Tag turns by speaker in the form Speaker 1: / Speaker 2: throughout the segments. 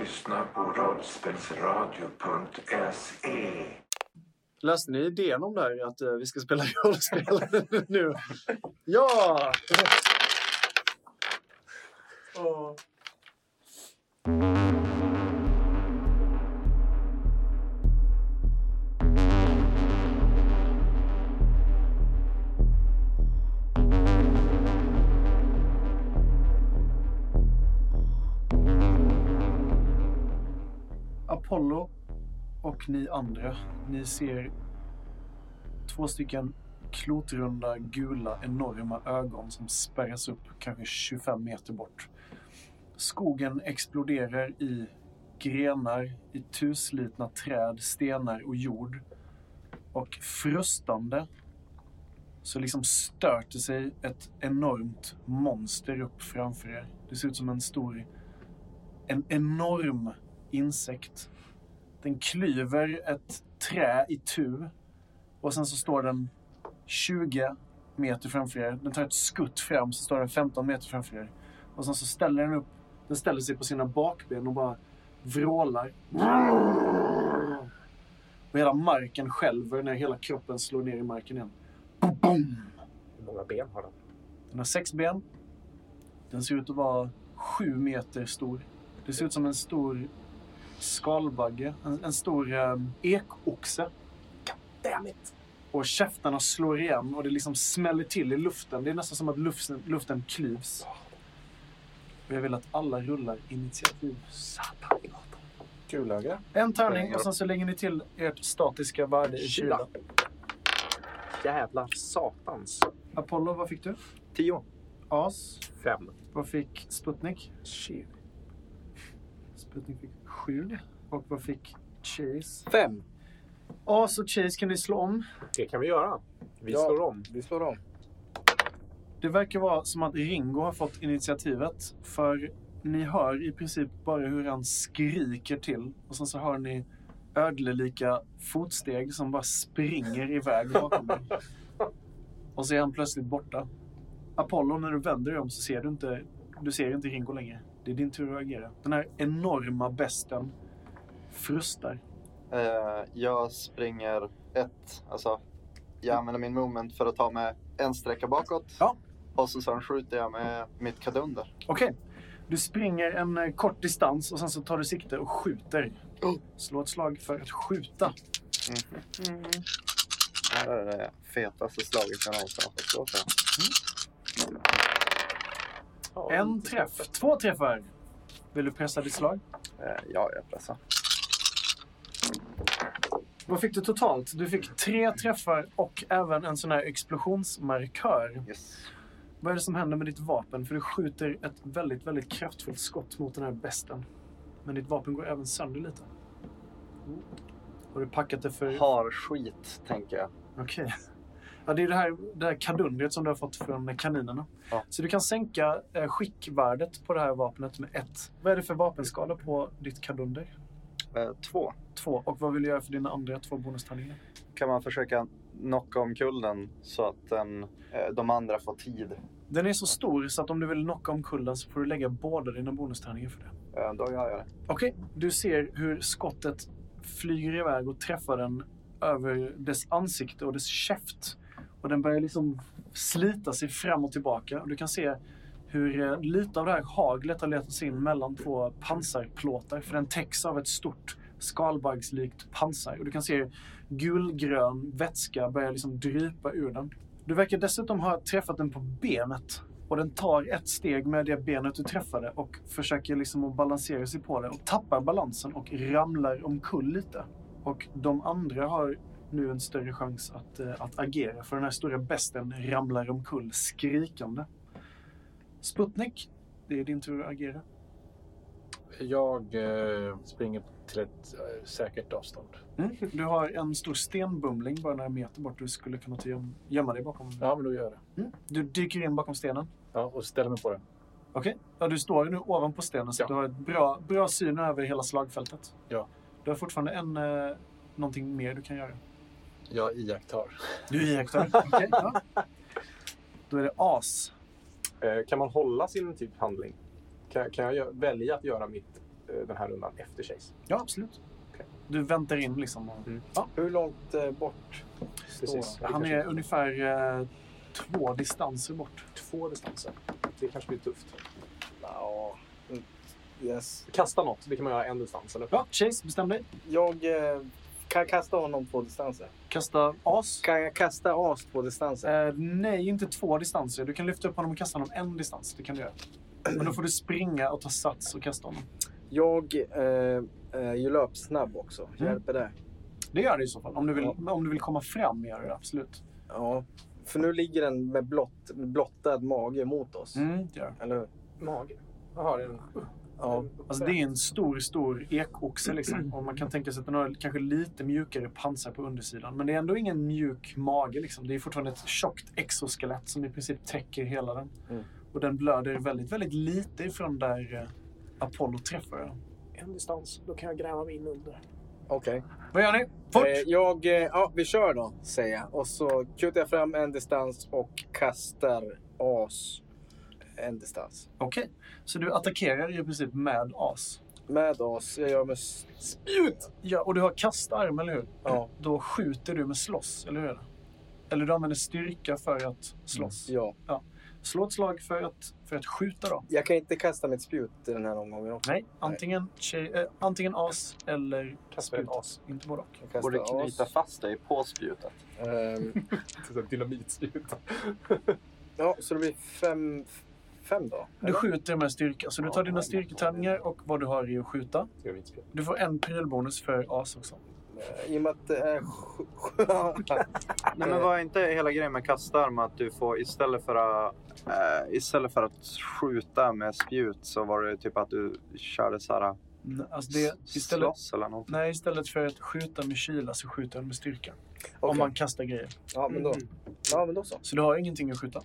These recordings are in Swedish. Speaker 1: lyssnar på rollspelsradio.se.
Speaker 2: Läste ni idén om det här att eh, vi ska spela rollspel nu? Ja! Åh. Apollo och ni andra, ni ser två stycken klotrunda, gula, enorma ögon som spärras upp kanske 25 meter bort. Skogen exploderar i grenar, i tuslitna träd, stenar och jord. Och frustande så liksom störter sig ett enormt monster upp framför er. Det ser ut som en stor, en enorm insekt. Den klyver ett trä i tu och sen så står den 20 meter framför er. Den tar ett skutt fram så står den 15 meter framför er. Och sen så ställer den upp. Den ställer sig på sina bakben och bara vrålar. Och hela marken skälver när hela kroppen slår ner i marken igen. Boom!
Speaker 3: Hur många ben har den?
Speaker 2: Den har sex ben. Den ser ut att vara sju meter stor. Det ser ut som en stor skalbagge, en, en stor eh, ekoxe.
Speaker 3: Damn it!
Speaker 2: Och käftarna slår igen och det liksom smäller till i luften. Det är nästan som att luften, luften klyvs. Och jag vill att alla rullar initiativ.
Speaker 3: Satan i gatan.
Speaker 4: Kulöga.
Speaker 2: En tärning och sen så lägger ni till ert statiska värde i kyla.
Speaker 3: Kyla. Jävlar satans.
Speaker 2: Apollo, vad fick du?
Speaker 3: Tio.
Speaker 2: As.
Speaker 3: Fem.
Speaker 2: Vad fick Sputnik?
Speaker 3: Shit.
Speaker 2: Sputnik fick sju. Och vad fick Chase?
Speaker 4: Fem.
Speaker 2: As och Chase kan ni slå om.
Speaker 3: Det kan vi göra. Vi
Speaker 4: Ja.
Speaker 3: slår om.
Speaker 4: Vi slår om.
Speaker 2: Det verkar vara som att Ringo har fått initiativet. För ni hör i princip bara hur han skriker till. Och sen så hör ni ödlelika fotsteg som bara springer iväg bakom er. Och så är han plötsligt borta. Apollo, när du vänder dig om så ser du inte, du ser inte Ringo längre. Det är din tur att agera. Den här enorma besten frustar.
Speaker 5: Eh, jag springer ett, alltså jag använder min moment för att ta mig en sträcka bakåt.
Speaker 2: Ja.
Speaker 5: Och så sen skjuter jag med mitt kadunder.
Speaker 2: Okej. Du springer en eh, kort distans och sen så tar du sikte och skjuter.
Speaker 5: Oh.
Speaker 2: Slå ett slag för att skjuta.
Speaker 5: Det här är det fetaste slaget jag någonsin har fått slå för.
Speaker 3: Ja,
Speaker 2: En
Speaker 3: lite
Speaker 2: träff.
Speaker 3: spännande.
Speaker 2: Två träffar. Vill du pressa ditt slag?
Speaker 5: Eh, ja, jag pressar.
Speaker 2: Vad fick du totalt? Du fick tre träffar och även en sån här explosionsmarkör.
Speaker 5: Yes.
Speaker 2: Vad är det som händer med ditt vapen? För du skjuter ett väldigt, väldigt kraftfullt skott mot den här besten. Men ditt vapen går även sönder lite. Har du packat det för...
Speaker 5: Har skit, tänker jag.
Speaker 2: Okej. Ja, det är det här, det här kadundret som du har fått från kaninerna.
Speaker 5: Ja.
Speaker 2: Så du kan sänka eh, skickvärdet på det här vapnet med ett. Vad är det för vapenskala på ditt kadunder?
Speaker 5: Eh, två.
Speaker 2: Två. Och vad vill du göra för dina andra två bonustärningar?
Speaker 5: Kan man försöka knocka om kullen så att den, eh, de andra får tid?
Speaker 2: Den är så stor så att om du vill knocka om kullen så får du lägga båda dina bonustärningar för det.
Speaker 5: Eh, då gör jag det.
Speaker 2: Okej, du ser hur skottet flyger iväg och träffar den över dess ansikte och dess käft. Och den börjar liksom slita sig fram och tillbaka. Och du kan se hur eh, lite av det här haglet har letat sig in mellan två pansarplåtar. För den täcks av ett stort skalbaggslikt pansar. Och du kan se hur gulgrön vätska börjar liksom drypa ur den. Du verkar dessutom ha träffat den på benet. Och den tar ett steg med det benet du träffade och försöker liksom att balansera sig på det och tappar balansen och ramlar omkull lite. Och de andra har nu en större chans att, eh, att agera för den här stora besten ramlar omkull skrikande. Sputnik, det är din tur att agera.
Speaker 4: Jag eh, springer till ett eh, säkert avstånd.
Speaker 2: Du har en stor stenbumling bara några meter bort du skulle kunna ta göm- gömma dig bakom.
Speaker 4: Ja, men då gör jag det.
Speaker 2: Mm. Du dyker in bakom stenen.
Speaker 4: Ja, och ställer mig på den.
Speaker 2: Okej. Ja, du står ju nu ovanpå stenen så
Speaker 4: Ja.
Speaker 2: du har ett bra, bra syn över hela slagfältet.
Speaker 4: Ja.
Speaker 2: Du har fortfarande en, eh, någonting mer du kan göra.
Speaker 4: Jag iakttar.
Speaker 2: Du iakttar. Okej, ja. Då är det as.
Speaker 3: Eh, Kan man hålla sin typ handling? Kan, kan jag gö- välja att göra mitt eh, den här rundan efter Chase.
Speaker 2: Ja, absolut.
Speaker 3: Okej.
Speaker 2: Du väntar in liksom. Och...
Speaker 3: Hur långt eh, bort? Precis.
Speaker 2: Han
Speaker 3: Det
Speaker 2: är
Speaker 3: kanske-
Speaker 2: ungefär eh, två distanser bort.
Speaker 3: Två distanser. Det kanske blir tufft.
Speaker 1: Ja. mm, Yes.
Speaker 3: Kasta något, det kan man göra en distans. Eller?
Speaker 2: Ja, Chase, bestäm dig.
Speaker 1: Jag eh, kan jag kasta honom på distanser.
Speaker 2: Kasta as.
Speaker 1: Kan jag kasta as på distanser?
Speaker 2: Eh, nej, inte två distanser. Du kan lyfta upp honom och kasta honom en distans. Det kan du göra. Men då får du springa och ta sats och kasta honom.
Speaker 1: Jag eh, är ju löpsnabb också.
Speaker 5: Mm.
Speaker 1: Hjälper det?
Speaker 2: Det gör det i så fall. Om du vill, om du vill komma fram gör du det absolut.
Speaker 1: Ja. För nu ligger den med blott, blottad mage mot oss.
Speaker 2: Mm, det gör det.
Speaker 1: Eller hur?
Speaker 3: Mage. Jaha, det är en...
Speaker 1: Ja.
Speaker 2: Alltså det är en stor, stor ekoxe liksom. Och man kan tänka sig att den har kanske lite mjukare pansar på undersidan. Men det är ändå ingen mjuk mage liksom. Det är fortfarande ett tjockt exoskelett som i princip täcker hela den.
Speaker 1: Mm.
Speaker 2: Och den blöder väldigt, väldigt lite ifrån där eh, Apollo träffar den.
Speaker 3: En distans, då kan jag gräva mig in under.
Speaker 4: Eh,
Speaker 1: Okej.
Speaker 2: Vad gör ni? Fort!
Speaker 1: Eh, jag... Eh, ja, vi kör då, säger jag. Och så kutar jag fram en distans och kastar as en distans.
Speaker 2: Okej. Så du attackerar i princip med as.
Speaker 1: Med as. Jag gör med... s- Spjut!
Speaker 2: Ja, och du har kastarm, eller hur?
Speaker 1: Ja.
Speaker 2: Då skjuter du med slåss, eller hur? är det? Eller du använder styrka för att slåss.
Speaker 1: Ja.
Speaker 2: Slå ett slag för att, för att skjuta då.
Speaker 1: Jag kan inte kasta mitt spjut i den här omgången. också.
Speaker 2: Nej, antingen, tjej, eh, antingen as eller
Speaker 3: Kasta ett
Speaker 2: spjut.
Speaker 3: as.
Speaker 2: Inte både och.
Speaker 1: Jag kastar
Speaker 5: Borde
Speaker 1: as.
Speaker 5: knyta fast dig på spjutet.
Speaker 1: Ehm,
Speaker 3: Dynamitspjut.
Speaker 1: ja, så det blir fem, fem då.
Speaker 2: Du skjuter med styrka, så du tar dina styrketärningar och vad du har i att skjuta.
Speaker 3: Dynamitspjut.
Speaker 2: Du får en prylbonus för as också.
Speaker 1: Eh, I och med att det är... sju- sju-
Speaker 5: Nej, men var inte hela grejen med kastarm att du får istället för att, eh, istället för att skjuta med spjut så var det typ att du körde så här eh,
Speaker 2: Mm, Alltså det, istället,
Speaker 5: slåss eller något.
Speaker 2: nej, istället för att skjuta med kyla så skjuter du med styrka. Om
Speaker 1: Okej.
Speaker 2: man kastar grejer.
Speaker 1: ja, men då.
Speaker 5: Mm.
Speaker 1: ja, men då så.
Speaker 2: Så du har ingenting att skjuta.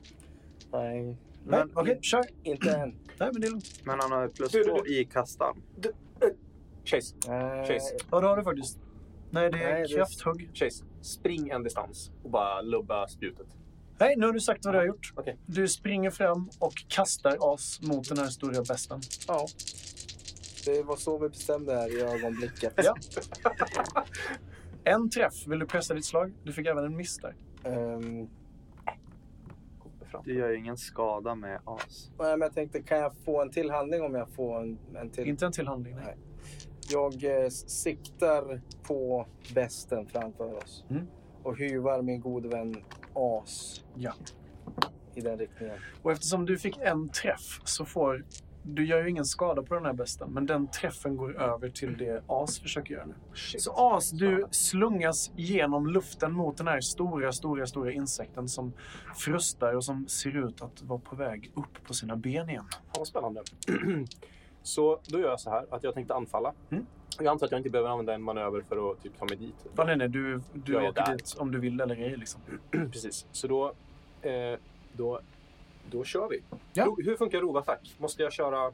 Speaker 1: Nej,
Speaker 2: Men
Speaker 5: Men-
Speaker 2: okej, kör!
Speaker 1: inte än.
Speaker 2: Nej, men det är lugnt.
Speaker 5: Men han har ju plus
Speaker 3: Du, du,
Speaker 5: två i kastarm.
Speaker 3: Chase,
Speaker 1: Eh,
Speaker 3: Chase.
Speaker 2: Ja, det har du faktiskt. Nej, det
Speaker 1: Nej,
Speaker 2: är
Speaker 1: det är-
Speaker 2: krafthugg.
Speaker 3: Chase, spring en distans och bara lubba spjutet.
Speaker 2: Nej, nu har du sagt vad du har gjort.
Speaker 3: Okej.
Speaker 2: Du springer fram och kastar as mot den här stora besten.
Speaker 1: Ja. Det var så vi bestämde här i ögonblicket.
Speaker 2: Ja. En träff. Vill du pressa ditt slag? Du fick även en miss där.
Speaker 1: Ehm,
Speaker 3: Kommer fram.
Speaker 5: Du gör ju ingen skada med as.
Speaker 1: nej, men jag tänkte, kan jag få en till handling om jag får en, en till?
Speaker 2: Inte en till handling, nej.
Speaker 1: Nej. Jag eh, siktar på västen framför oss
Speaker 2: Mm.
Speaker 1: och hyvar min gode vän As
Speaker 2: Ja.
Speaker 1: i den riktningen.
Speaker 2: Och eftersom du fick en träff så får... Du gör ju ingen skada på den här besten, men den träffen går över till det As försöker göra nu. Så As, du slungas genom luften mot den här stora, stora, stora insekten som frustar och som ser ut att vara på väg upp på sina ben igen.
Speaker 3: Ja, vad spännande. så då gör jag så här att jag tänkte anfalla.
Speaker 2: Mm.
Speaker 3: Jag antar att jag inte behöver använda en manöver för att typ ta mig dit.
Speaker 2: Ja, nej, nej, du, du
Speaker 3: Jag är
Speaker 2: åker
Speaker 3: där.
Speaker 2: dit om du vill eller ej. Liksom.
Speaker 3: Precis. Så då, eh, då, då kör vi.
Speaker 2: Ja.
Speaker 3: Ro- Hur funkar rovattack? Måste jag köra...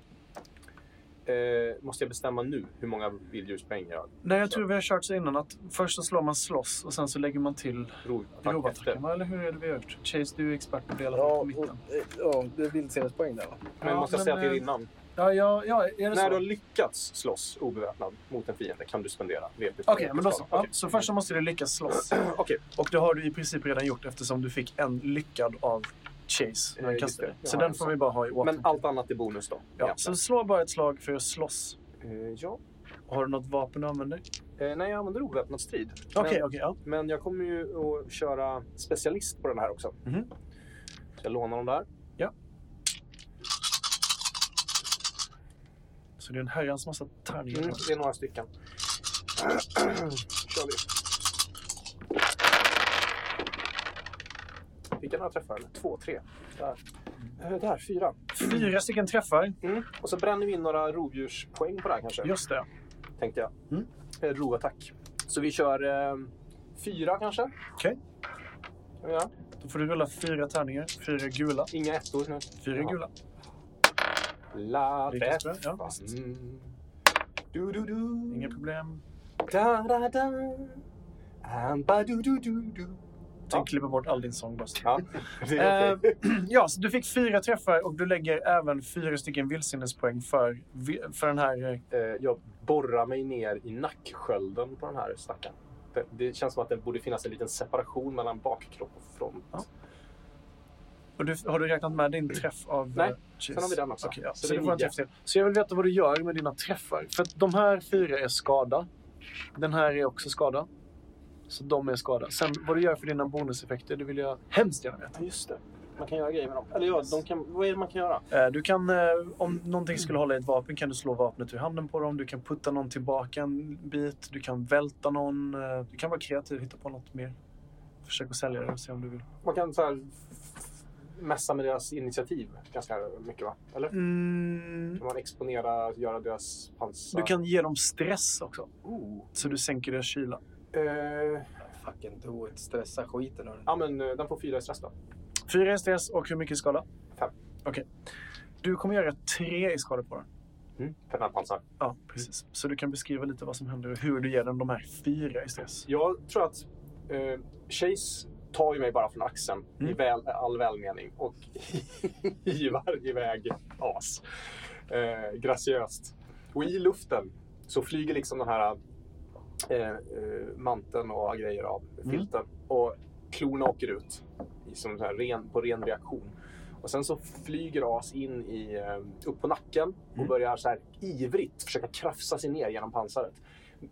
Speaker 3: Eh, måste jag bestämma nu hur många vilddjurspoäng jag
Speaker 2: Nej, jag tror vi har kört så innan att först så slår man slåss och sen så lägger man till
Speaker 3: rovattack efter?
Speaker 2: Grovattacken, va? eller hur är det vi har gjort? Chase, du är expert på att dela
Speaker 1: Ja,
Speaker 2: på
Speaker 1: och,
Speaker 2: mitten.
Speaker 1: eh, ja, det är vildsinnespoäng där va?
Speaker 3: Men
Speaker 2: Ja,
Speaker 3: måste jag
Speaker 2: men,
Speaker 3: säga till
Speaker 2: eh,
Speaker 3: innan?
Speaker 2: Ja, ja, ja är det så?
Speaker 3: När du har
Speaker 2: Okej,
Speaker 3: lyckats slåss obeväpnad mot en fiende kan du spendera VP.
Speaker 2: men då så. Ja,
Speaker 3: Okej.
Speaker 2: så först så måste du lyckas slåss.
Speaker 3: Okej.
Speaker 2: Och det har du i princip redan gjort eftersom du fick en lyckad av Chase när
Speaker 3: Eh,
Speaker 2: han
Speaker 3: just
Speaker 2: kastade.
Speaker 3: det.
Speaker 2: dig. Så
Speaker 3: Ja,
Speaker 2: den får vi bara ha i åtanke.
Speaker 3: Men allt annat är bonus då?
Speaker 2: ja,
Speaker 3: egentligen.
Speaker 2: så slå bara ett slag för att slåss.
Speaker 3: Eh, ja.
Speaker 2: Har du något vapen du använder?
Speaker 3: Eh, nej, jag använder oväpnad strid.
Speaker 2: Okej, okej.
Speaker 3: Men,
Speaker 2: ja.
Speaker 3: men jag kommer ju att köra specialist på den här också.
Speaker 2: Mhm.
Speaker 3: Så jag lånar dem där.
Speaker 2: Så det är en herrans massa tärningar.
Speaker 3: Mm, det är några stycken. kör vi. Fick jag några träffar? eller? Två, tre. Där, Eh, där fyra.
Speaker 2: Fyra stycken träffar.
Speaker 3: Mm. Och så bränner vi in några rovdjurspoäng på det här kanske.
Speaker 2: Just det.
Speaker 3: tänkte jag.
Speaker 2: Mm.
Speaker 3: Eh, rovattack. Så vi kör eh, fyra kanske.
Speaker 2: Okej.
Speaker 3: Kan vi göra.
Speaker 2: Då får du rulla fyra tärningar. Fyra gula.
Speaker 3: Inga ettor nu.
Speaker 2: Fyra
Speaker 3: Ja.
Speaker 2: gula.
Speaker 3: La
Speaker 2: Lyckas bra,
Speaker 3: träff.
Speaker 2: ja.
Speaker 3: Mm. Du, du, du.
Speaker 2: Inga problem.
Speaker 3: Da, da, da. Amba, du, du, du, du.
Speaker 2: Tänk klippa bort all din sångröst.
Speaker 3: Ja, det är
Speaker 2: Eh,
Speaker 3: okej.
Speaker 2: ja, så du fick fyra träffar och du lägger även fyra stycken vildsinnespoäng för, vi- för den här... eh,
Speaker 3: Eh, jag borrar mig ner i nackskölden på den här stackaren. Det, det känns som att det borde finnas en liten separation mellan bakkropp och front.
Speaker 2: Ja. Och du, har du räknat med din träff av...
Speaker 3: Nej,
Speaker 2: eh, cheese?
Speaker 3: sen har vi den också.
Speaker 2: Okej, ja,
Speaker 3: Så
Speaker 2: så,
Speaker 3: det är
Speaker 2: du får en
Speaker 3: nio.
Speaker 2: träff till. Så jag vill veta vad du gör med dina träffar. För att de här fyra är skada. Den här är också skada. Så de är skada. Sen vad du gör för dina bonuseffekter, det vill jag hemskt gärna veta.
Speaker 3: Ja, just det. Man kan göra grejer med dem. Eller ja, de kan, vad är det man kan göra?
Speaker 2: Eh, Du kan, eh, om någonting skulle hålla i ett vapen kan du slå vapnet ur handen på dem. Du kan putta någon tillbaka en bit. Du kan välta någon. eh, Du kan vara kreativ, hitta på något mer. Försök att sälja det och se om du vill.
Speaker 3: Man kan så här mässa med deras initiativ ganska mycket, va? Eller?
Speaker 2: Mm,
Speaker 3: Kan man exponera, göra deras pansar?
Speaker 2: du kan ge dem stress också.
Speaker 3: Oh.
Speaker 2: Så du sänker deras kyla.
Speaker 3: Eh,
Speaker 1: Fucking do it. Stressa skiten ur den.
Speaker 3: ja, men eh, den får fyra i stress då.
Speaker 2: Fyra i stress och hur mycket i skada?
Speaker 3: Fem.
Speaker 2: Okej. Du kommer göra tre i skada på den. Mm.
Speaker 3: För den här pansar.
Speaker 2: Ja, precis. Så du kan beskriva lite vad som händer och hur du ger den de här fyra i stress.
Speaker 3: Jag tror att eh, Chase tar ju mig bara från axeln i
Speaker 2: Mm.
Speaker 3: väl, all välmening och hivar iväg as. Eh, graciöst. Och i luften så flyger liksom den här eh, eh, manteln och grejer av
Speaker 2: Mm.
Speaker 3: filten och klorna åker ut i- som så här ren, på ren reaktion. Och sen så flyger as in i, eh, upp på nacken och
Speaker 2: Mm.
Speaker 3: börjar så här ivrigt försöka krafsa sig ner genom pansaret.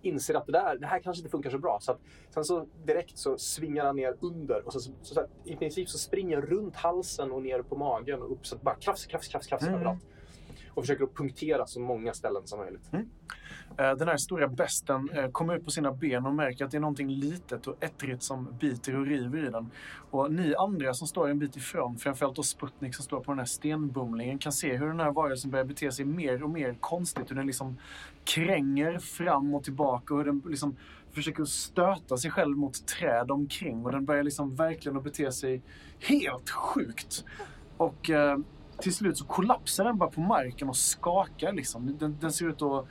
Speaker 3: Inser att det, där, det här kanske inte funkar så bra. Så att, sen så direkt så svingar han ner under och så, så, så, här, i princip så springer han runt halsen och ner på magen och upp så att bara krafs, krafs, krafs, krafs
Speaker 2: Mm.
Speaker 3: överallt. Och försöker att punktera så många ställen som möjligt.
Speaker 2: Eh, Den här stora besten eh, kommer upp på sina ben och märker att det är någonting litet och ettrigt som biter och river i den. Och ni andra som står en bit ifrån, framförallt då Sputnik som står på den här stenbumlingen, kan se hur den här varelsen börjar bete sig mer och mer konstigt. Hur den liksom kränger fram och tillbaka och hur den liksom försöker stöta sig själv mot träd omkring. Och den börjar liksom verkligen att bete sig helt sjukt. Och eh, till slut så kollapsar den bara på marken och skakar liksom. Den, den ser ut att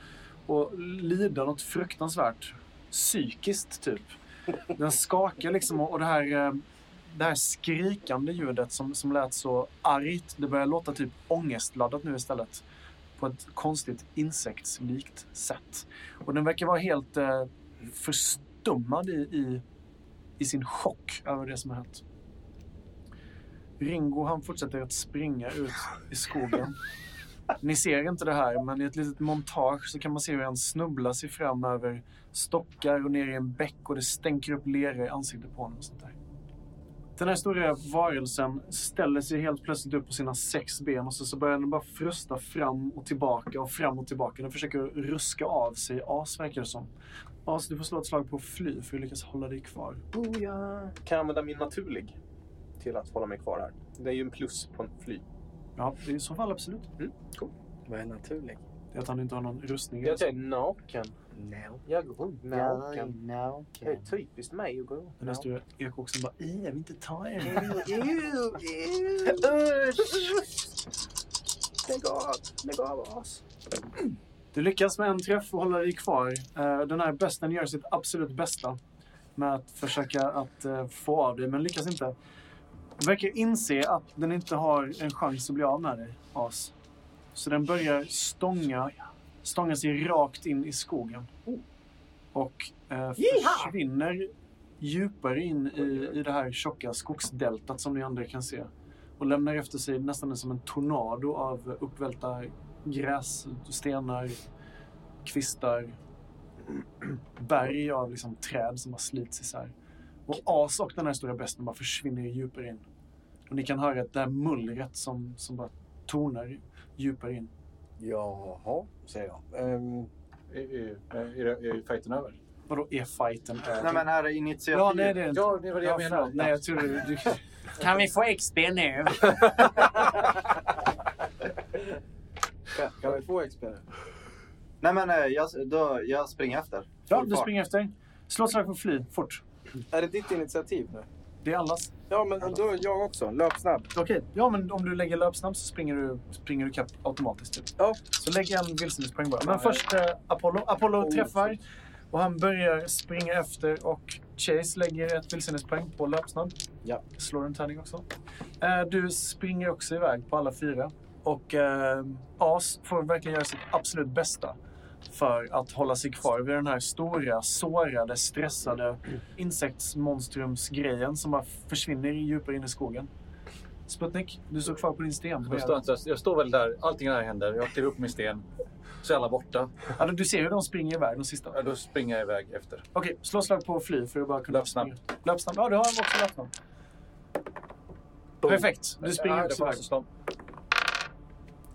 Speaker 2: och lida något fruktansvärt psykiskt typ. Den skakar liksom och och det här, eh, det här skrikande ljudet som, som lät så argt, det börjar låta typ ångestladdat nu istället. På ett konstigt insektslikt sätt. Och den verkar vara helt eh, förstummad i, i, i sin chock över det som har hänt. Ringo han fortsätter att springa ut i skogen. Ni ser inte det här, men i ett litet montage så kan man se hur han snubblar sig fram över stockar och ner i en bäck och det stänker upp lera i ansiktet på honom. Och sånt där. Den här stora varelsen ställer sig helt plötsligt upp på sina sex ben och så, så börjar den bara frusta fram och tillbaka och fram och tillbaka. Den försöker ruska av sig as, verkar det som. As, du får slå ett slag på fly för att lyckas hålla dig kvar.
Speaker 3: Kan jag använda min naturlig till att hålla mig kvar här? Det är ju en plus på en fly.
Speaker 2: Ja, det är i så fall absolut.
Speaker 1: Vad är naturligt?
Speaker 2: Det är att han inte har någon rustning.
Speaker 3: Jag är naken.
Speaker 1: No.
Speaker 3: Jag går runt naken. Det är typiskt mig att gå runt
Speaker 2: Den här
Speaker 3: naken.
Speaker 2: stora ekoxen bara "Ih, jag vill inte ta er.
Speaker 3: Lägg av! Lägg av oss!
Speaker 2: Du lyckas med en träff och håller dig kvar. Eh, Den här bästen gör sitt absolut bästa med att försöka att eh, få av dig, men lyckas inte. Verkar inse att den inte har en chans att bli av med dig, As. Så den börjar stånga, stånga sig rakt in i skogen. Och eh, försvinner djupare in i, i det här tjocka skogsdeltat som ni andra kan se. Och lämnar efter sig nästan som en tornado av uppvälta gräs, stenar, kvistar, berg av liksom träd som har slits isär. Och as och den här stora besten bara försvinner djupare in. Och ni kan höra att det här mullret som, som bara tonar djupare in.
Speaker 1: Jaha, säger jag. Ehm,
Speaker 4: Är, är, är, är, är fighten över?
Speaker 2: Vadå, är fighten över?
Speaker 5: Nej men är det initiativ?
Speaker 2: ja, nej, det är inte.
Speaker 4: Ja, det var det jag
Speaker 2: Ja,
Speaker 4: menade.
Speaker 2: förlåt. Nej, jag tror du... du
Speaker 6: Kan vi få XP nu?
Speaker 1: kan- kan vi få XP nu?
Speaker 5: Nej men eh, jag, då, jag springer efter.
Speaker 2: ja,
Speaker 5: Full
Speaker 2: du
Speaker 5: fart.
Speaker 2: springer efter. Slå ett slag för fly, fort.
Speaker 1: Är det ditt initiativ nu?
Speaker 2: Det är allas.
Speaker 1: Ja, men då är jag också. Löpsnabb.
Speaker 2: Okej, ja men om du lägger löpsnabb så springer du, springer du kapp automatiskt. Typ.
Speaker 1: Ja.
Speaker 2: Så lägg en vilsenhetspoäng bara.
Speaker 1: Ja,
Speaker 2: Men först eh, Apollo. Apollo
Speaker 1: Oh,
Speaker 2: träffar
Speaker 1: shit.
Speaker 2: Och han börjar springa efter och Chase lägger ett vilsenhetspoäng på löpsnabb.
Speaker 1: Ja.
Speaker 2: Slår en tärning också. Eh, Du springer också iväg på alla fyra. Och eh, As får verkligen göra sitt absolut bästa för att hålla sig kvar vid den här stora, sårade, stressade insektsmonstrumsgrejen som bara försvinner djupare in i skogen. Sputnik, du står kvar på din sten.
Speaker 4: Jag står, jag- jag står väl där, allting här händer. Jag kliver upp min sten. Så är alla borta.
Speaker 2: Alltså, du ser hur de springer iväg, de sista.
Speaker 4: Ja, Då springer jag iväg efter.
Speaker 2: Okej, slå slag på fly för att bara kunna...
Speaker 4: Löpsnabb.
Speaker 2: springa. Löpsnabb. Ja, du har en också löpsnabb.
Speaker 3: Boom.
Speaker 2: Perfekt. Du springer
Speaker 4: Ja, det
Speaker 2: också
Speaker 4: var
Speaker 2: iväg.
Speaker 4: så slå-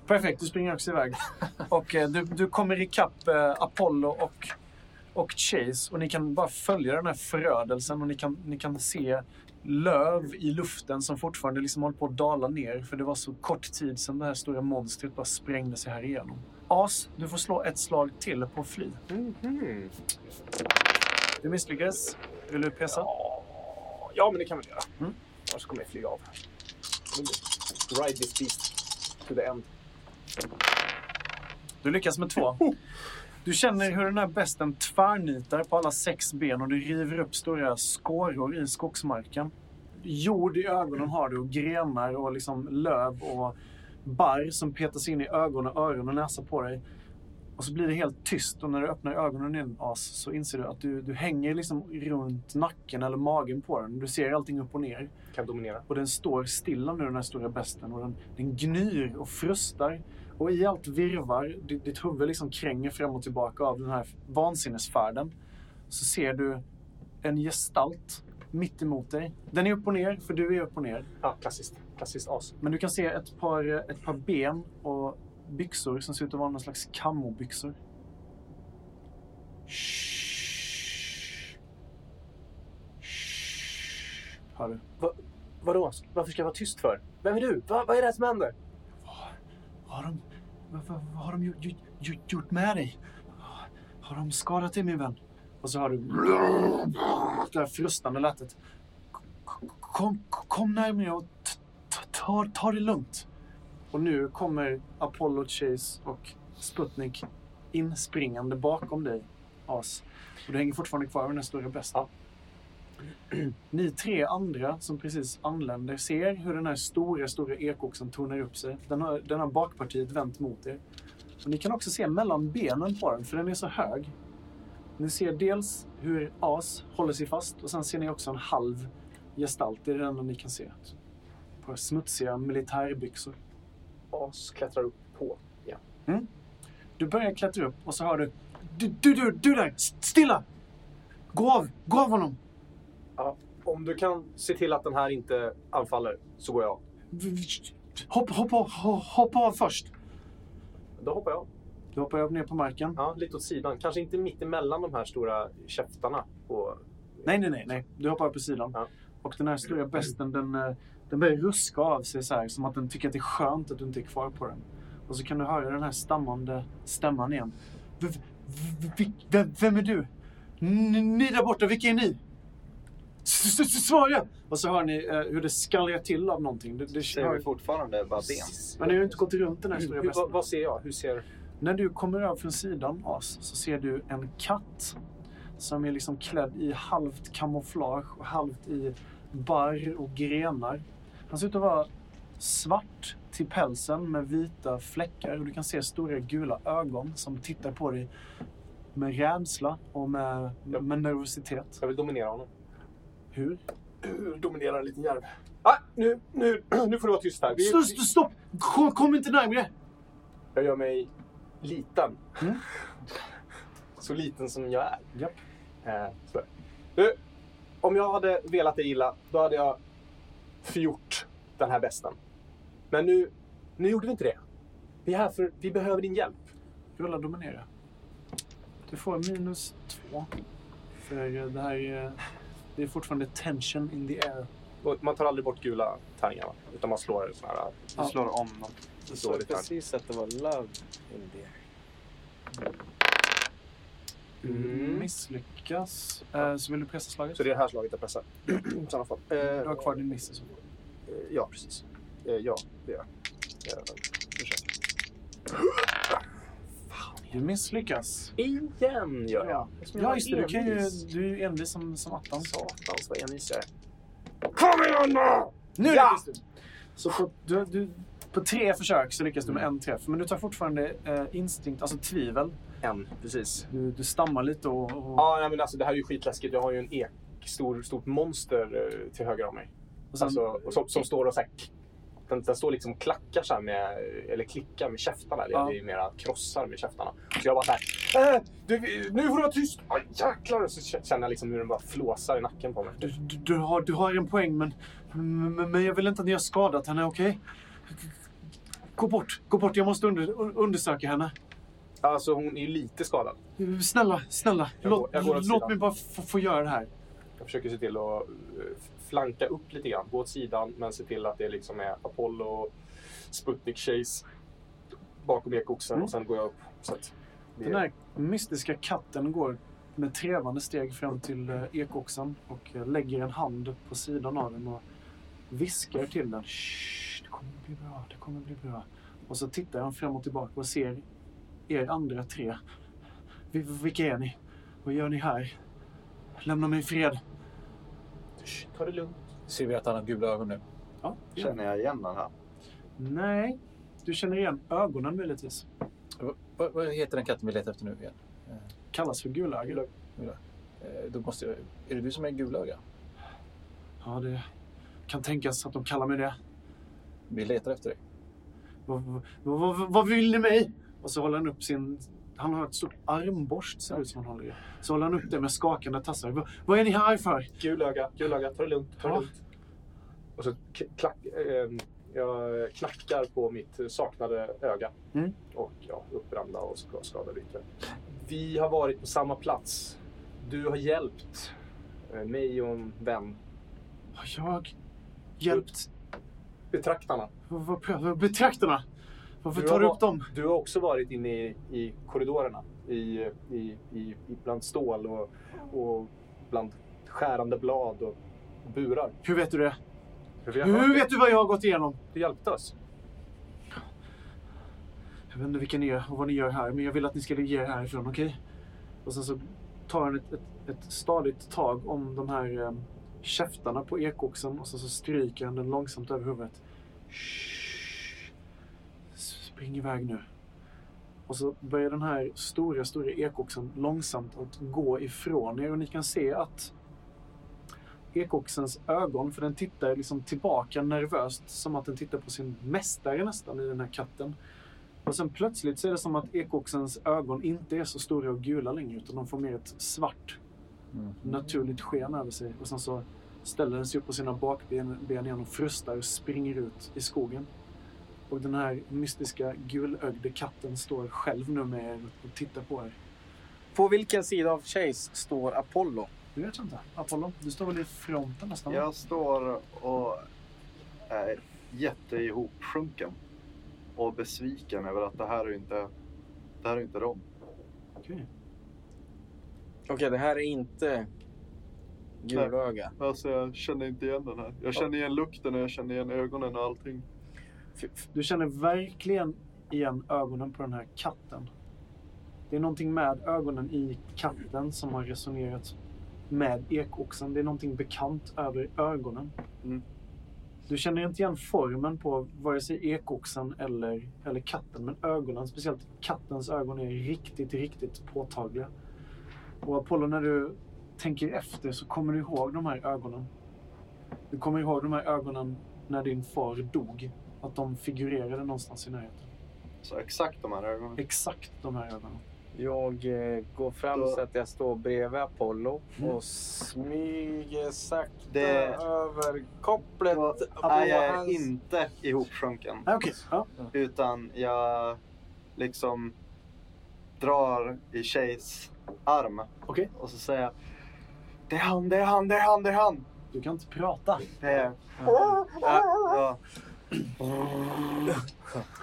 Speaker 2: Perfekt, du springer också iväg. Och eh, du, du kommer ikapp eh, Apollo och, och Chase och ni kan bara följa den här förödelsen och ni kan, ni kan se löv i luften som fortfarande liksom håller på att dala ner för det var så kort tid sedan det här stora monstret bara sprängde sig här igenom. As, du får slå ett slag till på fly.
Speaker 3: Mhm.
Speaker 2: Du misslyckades. Vill du pesa?
Speaker 3: Ja, men det kan vi göra.
Speaker 2: Mm.
Speaker 3: Och så kommer jag flyga av. Ride this beast to the end.
Speaker 2: Du lyckas med två. Du känner hur den här besten tvärnitar på alla sex ben och du river upp stora skåror i skogsmarken. Jord i ögonen har du och grenar och liksom löv och barr som petas in i ögon och öron och näsa på dig. Och så blir det helt tyst och när du öppnar ögonen igen As så inser du att du, du hänger liksom runt nacken eller magen på den. Du ser allting upp och ner.
Speaker 3: Kan dominera.
Speaker 2: Och den står stilla nu, den här stora besten. Och den, den gnyr och frustar. Och i allt virvar, ditt, ditt huvud liksom kränger fram och tillbaka av den här vansinnesfärden. Så ser du en gestalt mitt emot dig. Den är upp och ner, för du är upp och ner.
Speaker 3: Ja, klassiskt. Klassiskt as.
Speaker 2: Men du kan se ett par, ett par ben och byxor som ser ut att vara någon slags kamobyxor. Shh. Shh. Hör du?
Speaker 3: Vadå? Varför ska jag vara tyst för? Vem är du? Va, vad är det här som händer?
Speaker 2: Vad har de, vad, vad, vad har de gjort, gjort, gjort, gjort med dig? Har de skadat dig min vän? Och så har du det här frustande lätet. K- Kom, kom närmare och t- t- ta, ta det lugnt. Och nu kommer Apollo Chase och Sputnik inspringande bakom dig, As. Och du hänger fortfarande kvar vid den här stora bästa. Ni tre andra som precis anländer ser hur den här stora, stora ekoxen tornar upp sig. Den har, den har bakpartiet vänt mot er. Och ni kan också se mellan benen på den, för den är så hög. Ni ser dels hur As håller sig fast och sen ser ni också en halv gestalt. Det är det enda ni kan se. På smutsiga militärbyxor.
Speaker 3: As klättrar upp på. Ja.
Speaker 2: Du börjar klättra upp och så hör du... Du, du, du, du där! S- Stilla! Gå av! Gå av honom!
Speaker 3: ja. Om du kan se till att den här inte anfaller så går jag av.
Speaker 2: Hoppa, hoppa, ho- hoppa av först!
Speaker 3: Då hoppar jag av.
Speaker 2: Du hoppar upp ner på marken.
Speaker 3: Ja, lite åt sidan. Kanske inte mitt emellan de här stora käftarna. På...
Speaker 2: Nej, nej, nej, nej. Du hoppar upp på sidan.
Speaker 3: Ja.
Speaker 2: Och den här stora besten, den, eh, den börjar ruska av sig så här, som att den tycker att det är skönt att du inte är kvar på den. Och så kan du höra den här stammande stämman igen. V- v- v- vem, vem är du? N- Ni där borta, vilka är ni? S- s- s- Svara! Och så hör ni eh, hur det skallar till av någonting. Det, det,
Speaker 5: Ser vi fortfarande bara ben?
Speaker 2: men ni har ju inte gått runt den här stora
Speaker 3: Hur,
Speaker 2: besten.
Speaker 3: vad, vad ser jag? Hur ser...
Speaker 2: När du kommer över från sidan, As, så ser du en katt som är liksom klädd i halvt kamouflage och halvt i barr och grenar. Han ser ut att vara svart till pälsen med vita fläckar och du kan se stora gula ögon som tittar på dig med rädsla och med,
Speaker 3: Ja.
Speaker 2: med nervositet.
Speaker 3: Jag vill dominera honom.
Speaker 2: Hur?
Speaker 3: Dominera en liten järv. Ah, nu, nu, nu får du vara tyst här. Vi,
Speaker 2: Stopp! stopp, Stopp! Kom, kom inte närmare!
Speaker 3: jag gör mig liten.
Speaker 2: Mm.
Speaker 3: så liten som jag är.
Speaker 2: Japp.
Speaker 3: Eh, sådär. du, om jag hade velat dig illa, då hade jag förgjort den här besten. Men nu, nu gjorde vi inte det. Vi är här för vi behöver din hjälp.
Speaker 2: Rulla dominera. Du får minus två. För eh, det här är... Det är fortfarande tension in the air.
Speaker 3: Och man tar aldrig bort gula tärningar, va? utan man slår en sån här
Speaker 5: Du slår om dem.
Speaker 1: Du sa
Speaker 3: Dåligt tack.
Speaker 1: precis att det var love in the air.
Speaker 3: Mm.
Speaker 2: Misslyckas. Eh, Så vill du pressa slaget?
Speaker 3: Så det är det här slaget jag pressar. I sådana fall. Eh,
Speaker 2: Du har kvar din miss. i så fall.
Speaker 3: eh, Ja, precis. Eh, ja, det gör jag. Eh, ursäkta. Fan
Speaker 2: Du misslyckas.
Speaker 3: Igen gör jag. Eftersom jag
Speaker 2: Ja,
Speaker 3: var
Speaker 2: just det. Du, kan ju,
Speaker 3: envis.
Speaker 2: du är ju envis som, som attan.
Speaker 3: Satans vad envis jag är. Kom igen nu!
Speaker 2: Nu
Speaker 3: Ja!
Speaker 2: lyckas du! Så på, du, du, på tre försök så lyckas du med en träff. Men du tar fortfarande eh, instinkt, alltså tvivel.
Speaker 3: En, precis.
Speaker 2: Du, du stammar lite och... och
Speaker 3: Ja, nej, men alltså det här är ju skitläskigt. Jag har ju en ek, stor, stort monster eh, till höger om mig.
Speaker 2: och sen-
Speaker 3: Alltså, och som, som står och så här, k- den, den står liksom och klackar så här med, eller klickar med käftarna.
Speaker 2: Ja.
Speaker 3: Ja. Det är ju mera krossar med käftarna. Så jag bara så här, äh, du, nu får du vara tyst! Aj, jäklar! Så k- känner jag liksom hur den bara flåsar i nacken på mig.
Speaker 2: Du, du, du, har, du har en poäng, men, men, men jag vill inte att ni har skadat henne, okej? Gå bort, gå bort. Jag måste under, un- undersöka henne.
Speaker 3: Alltså hon är ju lite skadad.
Speaker 2: Snälla, snälla.
Speaker 3: Jag
Speaker 2: låt
Speaker 3: går- jag går åt
Speaker 2: låt
Speaker 3: sidan.
Speaker 2: mig bara få, få göra det här.
Speaker 3: Jag försöker se till att eh, flanka upp lite grann, gå åt sidan men se till att det liksom är Apollo, Sputnik, Chase bakom ekoxen
Speaker 2: Mm.
Speaker 3: och sen går jag upp. Så att det,
Speaker 2: Den här mystiska katten går med trevande steg fram till eh, ekoxen och eh, lägger en hand på sidan av den och viskar till den. "Shh, Det kommer bli bra, det kommer bli bra. Och så tittar han fram och tillbaka och ser er andra tre. "Vi- Vilka är ni? Vad gör ni här? Lämna mig i fred.
Speaker 3: Shh, Ta det lugnt.
Speaker 4: Ser vi att han har gula ögon nu?
Speaker 2: Ja, ja.
Speaker 5: Känner jag igen den här?
Speaker 2: Nej, du känner igen ögonen möjligtvis.
Speaker 4: Va- va- vad heter den katten vi letar efter nu igen?
Speaker 2: Kallas för gulögon.
Speaker 4: Eh, Då måste jag, är det du som är gulöga?
Speaker 2: Ja, det kan tänkas att de kallar mig det.
Speaker 4: Vi letar efter dig.
Speaker 2: Vad, vad, vad, vad vill ni mig? Och så håller han upp sin... Han har ett stort armborst ser det ut som han håller i. Så håller han upp det med skakande tassar. Vad, vad är ni här för?
Speaker 3: Gul öga, gul öga, ta det lugnt, ta det
Speaker 2: Ja.
Speaker 3: lugnt. Och så k- klack, ehm, jag knackar på mitt saknade öga.
Speaker 2: Mm.
Speaker 3: Och ja, uppbrända och sk- skadade yttre. Vi har varit på samma plats. Du har hjälpt eh, mig och en vän.
Speaker 2: Har jag hjälpt
Speaker 3: Betraktarna.
Speaker 2: vad, vad, prö- betraktarna? Varför
Speaker 3: Du
Speaker 2: tar
Speaker 3: har
Speaker 2: du
Speaker 3: va-
Speaker 2: upp dem?
Speaker 3: Du har också varit inne i, i korridorerna. I, i, i, i bland stål och, och bland skärande blad och burar.
Speaker 2: Hur vet du det?
Speaker 3: Hur vi har
Speaker 2: Hur
Speaker 3: hört
Speaker 2: vet du vad jag har gått igenom?
Speaker 3: det. Du hjälpte oss.
Speaker 2: Jag vet inte vilka ni är och vad ni gör här, men jag vill att ni ska ge er härifrån, okej? Och sen så tar han ett, ett, ett stadigt tag om de här eh, käftarna på ekoxen och sen så stryker han den långsamt över huvudet. Shh. Spring iväg nu. Och så börjar den här stora, stora ekoxen långsamt att gå ifrån er och ni kan se att ekoxens ögon, för den tittar liksom tillbaka nervöst som att den tittar på sin mästare nästan i den här katten. Och sen plötsligt så är det som att ekoxens ögon inte är så stora och gula längre utan de får mer ett svart naturligt sken över sig. Och sen så ställer den sig upp på sina bakben ben igen och frustar och springer ut i skogen. Och den här mystiska gulögde katten står själv nu med er och tittar på er.
Speaker 1: På vilken sida av Chase står Apollo?
Speaker 2: Det vet jag inte. Apollo, du står väl i fronten nästan?
Speaker 5: Jag står och är jätteihopsjunken och besviken över att det här är inte, det här är inte dem.
Speaker 2: Okej.
Speaker 1: Okej, det här är inte gulöga.
Speaker 5: Alltså jag känner inte igen den här. Jag känner igen lukten och jag känner igen ögonen och allting.
Speaker 2: Du känner verkligen igen ögonen på den här katten. Det är någonting med ögonen i katten som har resonerat med ekoxen. Det är någonting bekant över ögonen.
Speaker 5: Mm.
Speaker 2: Du känner inte igen formen på vare sig ekoxen eller, eller katten, men ögonen, speciellt kattens ögon, är riktigt, riktigt påtagliga. Och Apollo, när du tänker efter så kommer du ihåg de här ögonen. Du kommer ihåg de här ögonen när din far dog att de figurerade någonstans i närheten.
Speaker 5: Så exakt de här ögonen.
Speaker 2: Exakt de här ögonen.
Speaker 1: Jag eh, går fram
Speaker 5: Då-
Speaker 1: så att jag står bredvid Apollo
Speaker 2: Mm.
Speaker 1: och smyger sakta
Speaker 5: Det-
Speaker 1: över kopplet.
Speaker 5: Då
Speaker 1: på
Speaker 5: är jag
Speaker 1: hans-
Speaker 5: inte ihopsjunken.
Speaker 2: Ah, Okej, ja.
Speaker 5: Utan jag liksom drar i Shays arm.
Speaker 2: Okej.
Speaker 5: Och så säger jag. Det är han, det är han, det är han, det är han.
Speaker 2: du kan inte prata.
Speaker 5: Det är...
Speaker 2: Ja.
Speaker 5: Ja,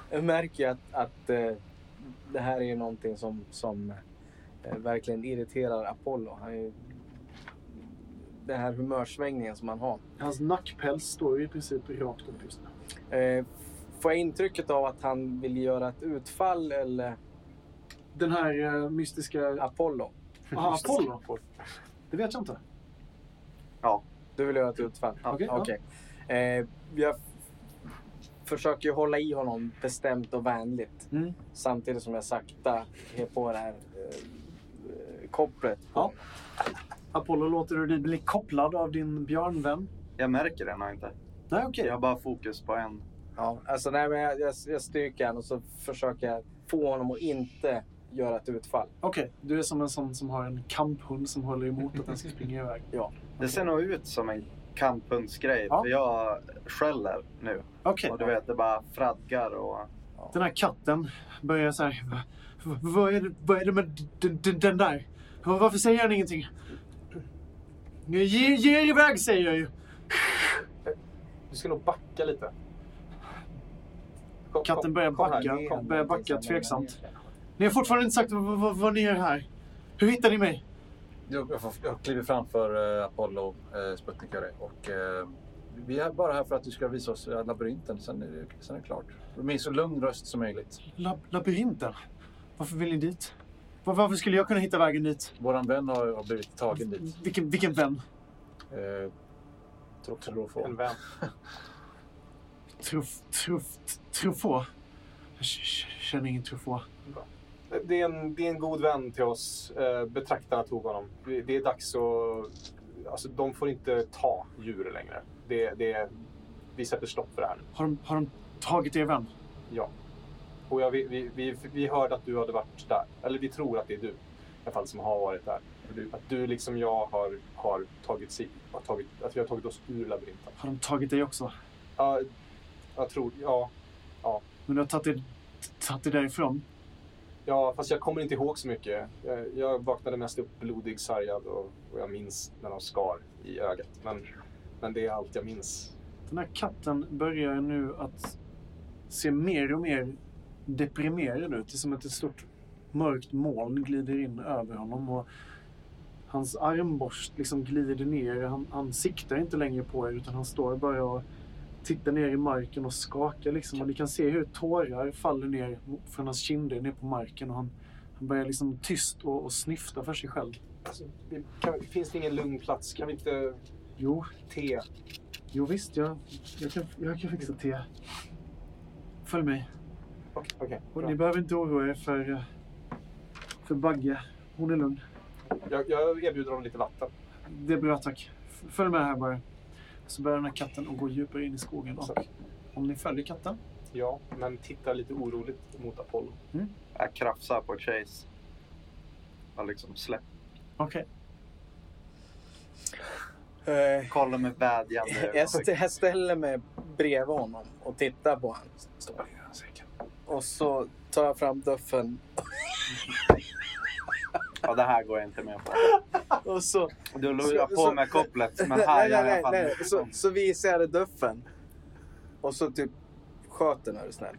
Speaker 1: Jag märker ju att, att eh, det här är ju någonting som, som eh, verkligen irriterar Apollo. Han är ju, den här humörsvängningen som han har.
Speaker 2: Hans nackpäls står ju i princip rakt upp just nu.
Speaker 1: Eh, får jag intrycket av att han vill göra ett utfall eller?
Speaker 2: Den här eh, mystiska...
Speaker 1: Apollo.
Speaker 2: Aha, Apollo? Det vet jag inte.
Speaker 1: Du vill göra ett utfall?
Speaker 5: Ja.
Speaker 2: Okej, ja.
Speaker 1: Okej. Eh, jag f- försöker ju hålla i honom bestämt och vänligt
Speaker 2: Mm.
Speaker 1: samtidigt som jag sakta är på det här eh, kopplet. på
Speaker 2: Ja.
Speaker 1: honom.
Speaker 2: Apollo låter du dig bli kopplad av din björnvän.
Speaker 5: Jag märker den här inte.
Speaker 2: Nej, okej.
Speaker 5: Jag har bara fokus på en.
Speaker 1: Ja, alltså, nej, men jag, jag, jag styrker honom och så försöker jag få honom att inte göra ett utfall.
Speaker 2: Okej, du är som en sån som har en kamphund som håller emot att den ska springa iväg.
Speaker 5: Det ser nog ut som en kamphundsgrej.
Speaker 2: Ja.
Speaker 5: För jag skäller nu.
Speaker 2: Okej,
Speaker 5: Och du vet, det bara fradgar och...
Speaker 2: den här katten börjar så här... "Va- va- Vad är det, vad är det med den, den, den där? Va- Varför säger han ingenting? Nu ge, ge er iväg, säger jag ju.
Speaker 3: Du ska nog backa lite. Kom,
Speaker 2: Katten börjar
Speaker 3: kom här,
Speaker 2: backa,
Speaker 3: kom.
Speaker 2: börjar backa tveksamt. Ni har fortfarande inte sagt vad, vad, vad ni gör här. Hur hittar ni mig?
Speaker 4: Jag, jag, får, jag kliver framför eh, Apollo, eh, Sputnik gör det. Och, eh, vi är bara här för att du ska visa oss eh, labyrinten, sen är det, sen är det klart. Med så lugn röst som möjligt.
Speaker 2: Lab, labyrinten? Varför vill ni dit? Var, varför skulle jag kunna hitta vägen dit?
Speaker 4: Våran vän har, har blivit tagen dit.
Speaker 2: Vilken, vilken vän?
Speaker 4: Eh,
Speaker 3: En
Speaker 4: Trofå.
Speaker 3: vän.
Speaker 2: Truff, truff, truffå? Jag k- k- känner ingen truffå.
Speaker 3: Det är, en, det är en god vän till oss. Eh, Betraktarna tog honom. Det det är dags att... Alltså, de får inte ta djur längre. Det, det, vi sätter stopp för det här nu.
Speaker 2: Har de, har de tagit er vän?
Speaker 3: Ja. Och jag, vi, vi, vi, vi hörde att du hade varit där. Eller vi tror att det är du i alla fall som har varit där. Att du liksom jag har, har tagit sig, har tagit, att vi har tagit oss ur labyrinten.
Speaker 2: Har de tagit dig också?
Speaker 3: Ja, jag tror, ja,
Speaker 2: Men du har tagit er, tagit er därifrån?
Speaker 3: ja, fast jag kommer inte ihåg så mycket. Jag, jag vaknade mest upp blodig, sargad och, och jag minns när de skar i ögat. Men, men det är allt jag minns.
Speaker 2: Den här katten börjar nu att se mer och mer deprimerad ut. Det är som att ett stort mörkt moln glider in över honom. Och hans armborst liksom glider ner. Han, han siktar inte längre på er utan han står bara och tittar ner i marken och skakar. Liksom. Och ni kan se hur tårar faller ner från hans kinder ner på marken. Och han, han börjar liksom tyst och, och snyfta för sig själv.
Speaker 3: Alltså, vi- kan, finns det ingen lugn plats? Kan vi inte
Speaker 2: Jo,
Speaker 3: te?
Speaker 2: jo visst, jag, jag, kan, jag kan fixa te. Följ mig.
Speaker 3: Okej, okej,
Speaker 2: Och
Speaker 3: bra.
Speaker 2: ni behöver inte oroa er för, eh, för Bagge. Hon är lugn.
Speaker 3: jag, jag erbjuder dem lite vatten.
Speaker 2: Det är bra, tack. F- Följ med här bara. Så börjar den här katten att gå djupare in i skogen. Och om ni följer katten...
Speaker 3: Ja, men tittar lite oroligt mot Apollo.
Speaker 5: Jag krafsar på Chase. Och liksom släpp.
Speaker 2: Okej.
Speaker 1: Eh,
Speaker 5: Kolla med vädjande
Speaker 1: Jag,
Speaker 5: ögon.
Speaker 1: st- jag ställer mig bredvid honom och tittar på honom. Och så tar jag fram duffen
Speaker 5: Ja, det här går jag inte med på.
Speaker 1: och så,
Speaker 5: Du la jag
Speaker 1: Så-
Speaker 5: på med kopplet, men här är
Speaker 1: nej,
Speaker 5: jag i
Speaker 1: nej,
Speaker 5: alla fall
Speaker 1: nej, nej.
Speaker 5: med.
Speaker 1: Så, så visar jag det duffen. Och så typ sköt den är du snäll.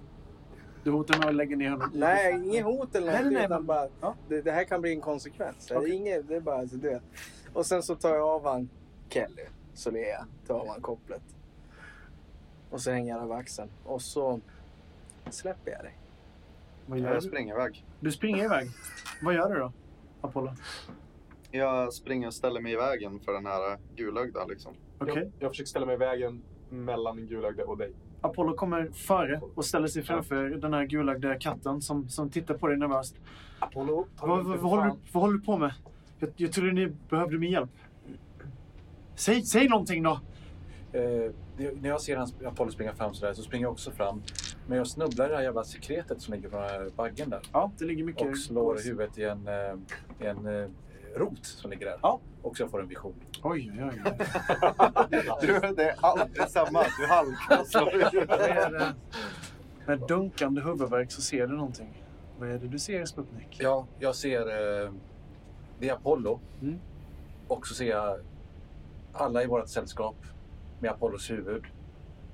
Speaker 2: Du hotar med att lägga ner honom i...
Speaker 1: Nej, inget hot eller
Speaker 2: Nej,
Speaker 1: något.
Speaker 2: nej, nej,
Speaker 1: utan
Speaker 2: men-
Speaker 1: bara,
Speaker 2: ja.
Speaker 1: det, det här kan bli en konsekvens. Det,
Speaker 2: Okej.
Speaker 1: är inget, det är bara, alltså, du vet. Och sen så tar jag av han Kelly, så det är jag. Tar av han kopplet. Och så hänger jag över axeln. Och så släpper jag dig.
Speaker 2: Vad
Speaker 5: Ja,
Speaker 2: gör
Speaker 5: Jag
Speaker 2: du?
Speaker 5: springer iväg.
Speaker 2: Du springer iväg. Vad gör du då, Apollo?
Speaker 5: Jag springer och ställer mig i vägen för den här gulögda liksom.
Speaker 2: Okej.
Speaker 3: Jag, jag försöker ställa mig i vägen mellan den gulögda och dig.
Speaker 2: Apollo kommer före och ställer sig framför den här gulagda katten som, som tittar på dig nervöst.
Speaker 3: Apollo, ta
Speaker 2: Vad, vad,
Speaker 3: lite
Speaker 2: vad, håller, du,
Speaker 3: fan.
Speaker 2: vad håller du på med? Jag, jag trodde ni behövde min hjälp. Säg, säg någonting då!
Speaker 4: Eh, det- när jag ser hans, Apollo springa fram sådär så springer jag också fram. Men jag snubblar i det här jävla sekretet som ligger på den här baggen där.
Speaker 2: Ja, det ligger mycket...
Speaker 4: Och slår huvudet i en, eh, i en eh, rot som ligger där.
Speaker 2: Ja.
Speaker 4: Och så jag får en vision.
Speaker 2: Oj, oj, oj.
Speaker 5: Du, det är alltid samma. Du halkar och slår ut.
Speaker 2: Med, med dunkande huvudvärk så ser du någonting. Vad är det du ser, Sputnik?
Speaker 4: Ja, jag ser... Eh, det är Apollo.
Speaker 2: Mm.
Speaker 4: Och så ser jag alla i vårt sällskap med Apollos huvud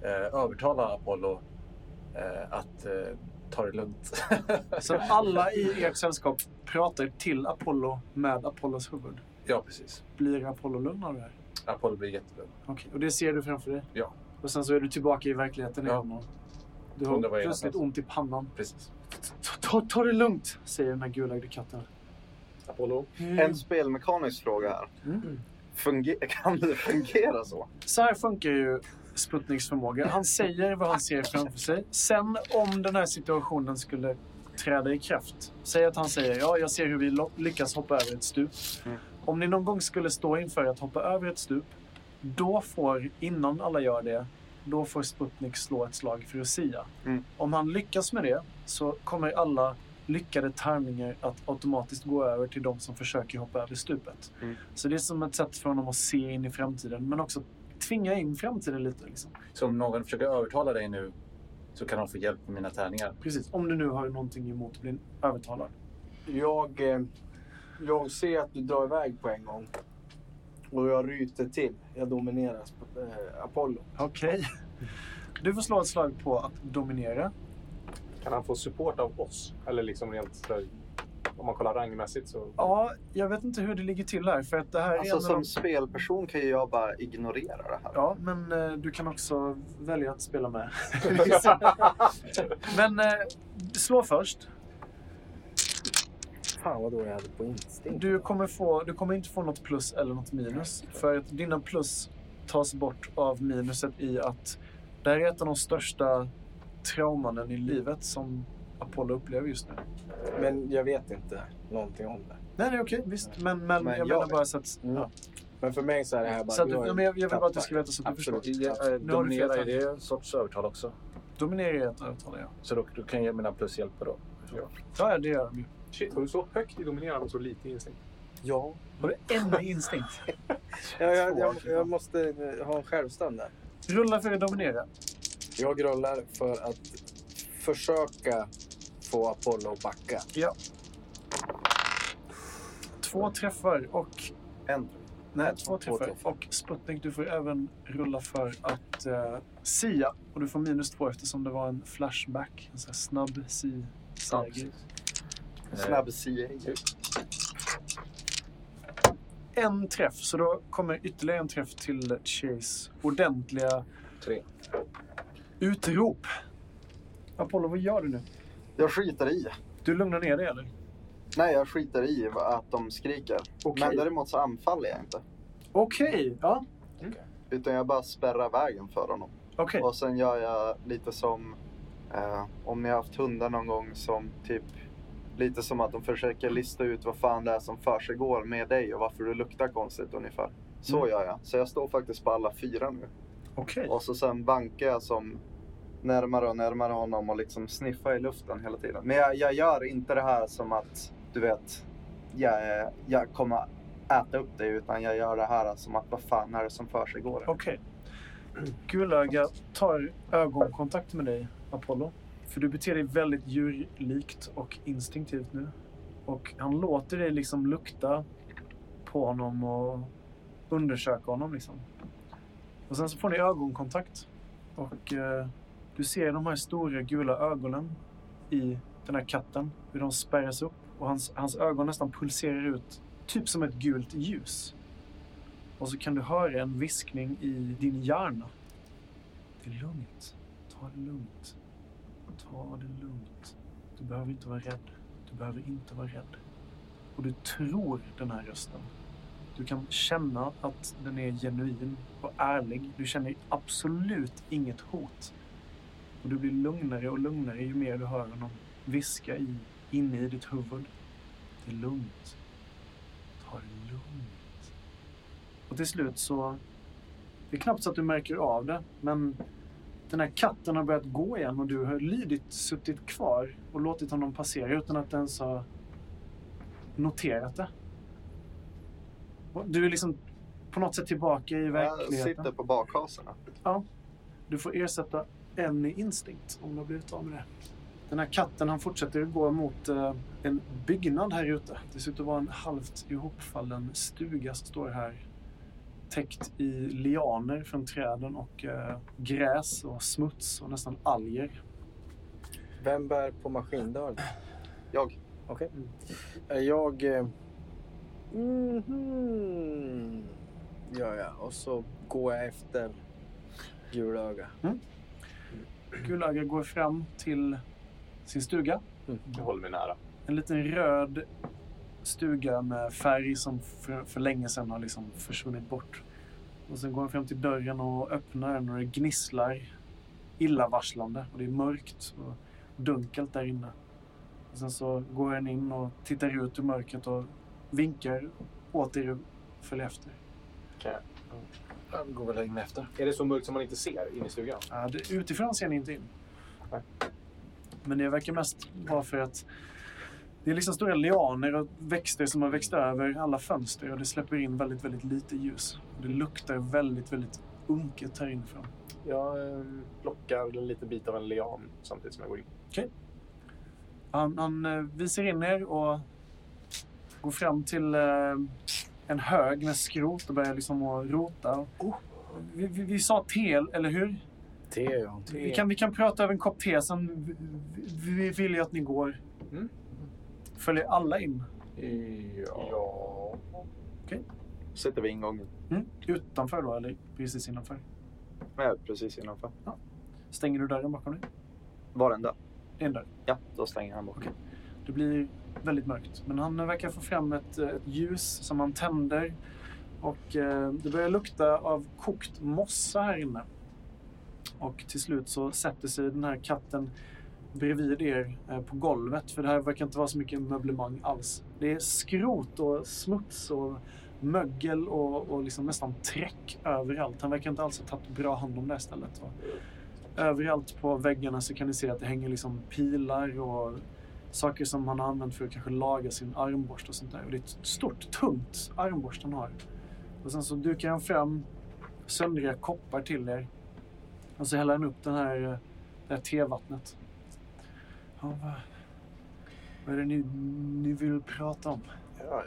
Speaker 4: eh, övertala Apollo eh, att eh, ta det lugnt.
Speaker 2: Så alla i ert sällskap pratar till Apollo med Apollos huvud.
Speaker 4: ja, precis.
Speaker 2: Blir Apollo lugn av det här?
Speaker 4: Apollo blir jättelugn.
Speaker 2: Okej, och det ser du framför dig?
Speaker 4: Ja.
Speaker 2: Och sen så är du tillbaka i verkligheten
Speaker 4: Ja.
Speaker 2: igen. och Du har
Speaker 4: Undrar vad jag är
Speaker 2: plötsligt ont i pannan.
Speaker 4: Precis.
Speaker 2: Ta, ta, ta det lugnt, säger den här gulögda katten.
Speaker 3: Apollo.
Speaker 1: Mm.
Speaker 5: En spelmekanisk fråga här.
Speaker 2: Mm.
Speaker 5: Funge- kan det fungera så?
Speaker 2: Så här funkar ju Sputniks förmåga. Han säger vad han ser framför sig. Sen om den här situationen skulle träda i kraft. Säg att han säger ja, jag ser hur vi lo- lyckas hoppa över ett stup.
Speaker 5: Mm.
Speaker 2: Om ni någon gång skulle stå inför att hoppa över ett stup, då får, innan alla gör det, då får Sputnik slå ett slag för Lucia.
Speaker 5: Mm.
Speaker 2: Om han lyckas med det så kommer alla lyckade tarmningar att automatiskt gå över till de som försöker hoppa över stupet.
Speaker 5: Mm.
Speaker 2: Så det är som ett sätt för honom att se in i framtiden, men också tvinga in framtiden lite. Liksom.
Speaker 4: Så om någon försöker övertala dig nu så kan de få hjälp med mina tärningar.
Speaker 2: Precis, om du nu har någonting emot att bli övertalad.
Speaker 1: Jag, eh, jag ser att du drar iväg på en gång. Och jag ryter till. Jag dominerar Sp- eh, Apollo.
Speaker 2: Okej. Du får slå ett slag på att dominera.
Speaker 3: Kan han få support av oss? Eller liksom rent sådär, om man kollar rangmässigt så...
Speaker 2: Ja, jag vet inte hur det ligger till här, för att det här är en
Speaker 5: Alltså
Speaker 2: av
Speaker 5: som
Speaker 2: de...
Speaker 5: spelperson kan ju jag bara ignorera det här.
Speaker 2: Ja, men eh, du kan också välja att spela med. Liksom. men eh, slå först.
Speaker 1: Fan vad då jag hade på instinkt.
Speaker 2: Du kommer, få, du kommer inte få något plus eller något minus. För att dina plus tas bort av minuset i att det här är ett av de största trauman i livet som Apollo upplever just nu.
Speaker 1: Men jag vet inte någonting om det.
Speaker 2: Nej, nej okej, visst. Men, men,
Speaker 5: Men
Speaker 2: jag
Speaker 5: jag
Speaker 2: menar
Speaker 5: vet.
Speaker 2: bara så att...
Speaker 1: Mm.
Speaker 2: Ja.
Speaker 1: Men för mig så är det här bara...
Speaker 2: Så att du,
Speaker 1: har ju
Speaker 2: ja, men jag, jag vill bara att du
Speaker 1: tappat.
Speaker 2: ska veta så att du förstår.
Speaker 4: Ja, eh,
Speaker 2: Nu har du fel
Speaker 4: Dominera, är det en sorts övertal också?
Speaker 2: Dominera är ett övertal, ja.
Speaker 4: Så då, då kan jag mina plus hjälpa då.
Speaker 2: Ja, ja, det gör de ju.
Speaker 3: Shit, har du så högt i dominerande och så lite i instinkt?
Speaker 1: Ja.
Speaker 2: Har du en instinkt?
Speaker 1: Ja, jag, jag, jag måste eh, ha en självstånd där.
Speaker 2: Rulla för att dominera.
Speaker 1: Jag grullar för att försöka få Apollo att backa.
Speaker 2: Två träffar och...
Speaker 5: En.
Speaker 2: Nej, två
Speaker 1: två
Speaker 2: träffar.
Speaker 1: träffar.
Speaker 2: Och Sputnik, du får även rulla för att eh, sia. Och du får minus två eftersom det var en flashback. En sån här snabb si seger. Eh.
Speaker 1: Eh.
Speaker 5: Snabb CIA.
Speaker 2: En träff, så då kommer ytterligare en träff till Chase ordentliga
Speaker 4: Tre.
Speaker 2: utrop. Apollo, vad gör du nu?
Speaker 5: Jag skiter i.
Speaker 2: Du lugnar ner dig, eller?
Speaker 5: Nej, jag skiter i att de skriker.
Speaker 2: Okej.
Speaker 5: Men däremot så anfaller jag inte.
Speaker 2: Okej, ja.
Speaker 5: Utan jag bara spärrar vägen för honom.
Speaker 2: Okej.
Speaker 5: Och sen gör jag lite som eh, om ni har haft hundar någon gång som typ lite som att de försöker lista ut vad fan det är som försiggår med dig och varför du luktar konstigt ungefär. Så
Speaker 2: Mm.
Speaker 5: gör jag. Så jag står faktiskt på alla fyra nu.
Speaker 2: Okej.
Speaker 5: Och så sen bankar jag som närmare och närmare honom och liksom sniffar i luften hela tiden. Men jag, jag gör inte det här som att du vet, jag, är- jag kommer äta upp dig utan jag gör det här som att vad fan är det som försiggår?
Speaker 2: Okej. Gulöga tar ögonkontakt med dig, Apollo. För du beter dig väldigt djurlikt och instinktivt nu. Och han låter dig liksom lukta på honom och undersöka honom liksom. Och sen så får ni ögonkontakt. Och eh, du ser de här stora gula ögonen i den här katten. Hur de spärras upp och hans, hans ögon nästan pulserar ut. Typ som ett gult ljus. Och så kan du höra en viskning i din hjärna. Det är lugnt. Ta det lugnt. Ta det lugnt. Du behöver inte vara rädd. Du behöver inte vara rädd. Och du tror den här rösten. Du kan känna att den är genuin och ärlig. Du känner absolut inget hot. Och du blir lugnare och lugnare ju mer du hör honom viska i, inne i ditt huvud. Det är lugnt. Ta det lugnt. Och till slut så... Det är knappt så att du märker av det, men den här katten har börjat gå igen och du har lydigt suttit kvar och låtit honom passera utan att ens ha noterat det. Och du är liksom på något sätt tillbaka i
Speaker 5: Jag
Speaker 2: verkligheten.
Speaker 5: sitter på bakhasorna.
Speaker 2: Du får ersätta en i instinkt om du har blivit av med det. Den här katten han fortsätter att gå mot eh, en byggnad här ute. Det ser ut att vara en halvt ihopfallen stuga som står här täckt i lianer från träden och eh, gräs och smuts och nästan alger.
Speaker 1: Vem bär på maskindörren?
Speaker 5: Jag.
Speaker 1: Okej. Eh, Jag... eh, Mhm, gör jag. Och så går jag efter gulöga.
Speaker 2: Gulöga går fram till sin stuga.
Speaker 3: Jag håller mig nära.
Speaker 2: En liten röd stuga med färg som för, för länge sedan har liksom försvunnit bort. Och sen går han fram till dörren och öppnar den och det gnisslar illavarslande och det är mörkt och dunkelt där inne. Och sen så går han in och tittar ut ur mörkret och vinkar åt er att följa efter.
Speaker 4: Han går väl in efter.
Speaker 3: Är det så mörkt som man inte ser in i stugan?
Speaker 2: Ja, det, utifrån ser ni inte in.
Speaker 3: Nej.
Speaker 2: Men det verkar mest vara för att det är liksom stora lianer och växter som har växt över alla fönster och det släpper in väldigt, väldigt lite ljus. Och Det luktar väldigt, väldigt unket här inifrån.
Speaker 3: Jag eh, plockar en liten bit av en lian samtidigt som jag går in.
Speaker 2: Han, han eh, visar in er och går fram till eh, en hög med skrot och börjar liksom att rota.
Speaker 3: Oh.
Speaker 2: Vi, vi, vi sa tel, eller hur?
Speaker 1: Te, ja.
Speaker 2: Vi kan, vi kan prata över en kopp te, sen vi, vi- vi vill ju att ni går.
Speaker 3: Mm.
Speaker 2: Följer alla in?
Speaker 4: Ja.
Speaker 3: Ja.
Speaker 5: Sitter vid ingången.
Speaker 1: Mm.
Speaker 2: Utanför då, eller precis innanför?
Speaker 5: Men jag är precis innanför.
Speaker 2: Stänger du dörren bakom dig?
Speaker 5: Var den där?
Speaker 2: Det är en dörr.
Speaker 5: Ja, då stänger han bort.
Speaker 2: Okej. Det blir väldigt mörkt. Men han verkar få fram ett, eh, ett ljus som han tänder. Och eh, det börjar lukta av kokt mossa här inne. Och till slut så sätter sig den här katten bredvid er eh, på golvet. För det här verkar inte vara så mycket möblemang alls. Det är skrot och smuts och mögel och, och liksom nästan träck överallt. Han verkar inte alls ha tagit bra hand om det här stället. Va? Överallt på väggarna så kan ni se att det hänger liksom pilar och saker som han har använt för att kanske laga sin armborst och sånt där. Och det är ett stort, tungt armborst han har. Och sen så dukar han fram söndriga koppar till er. Och så häller han upp den här, eh, det här tevattnet. Ja, vad, vad är det ni, ni vill prata om?
Speaker 3: Ja,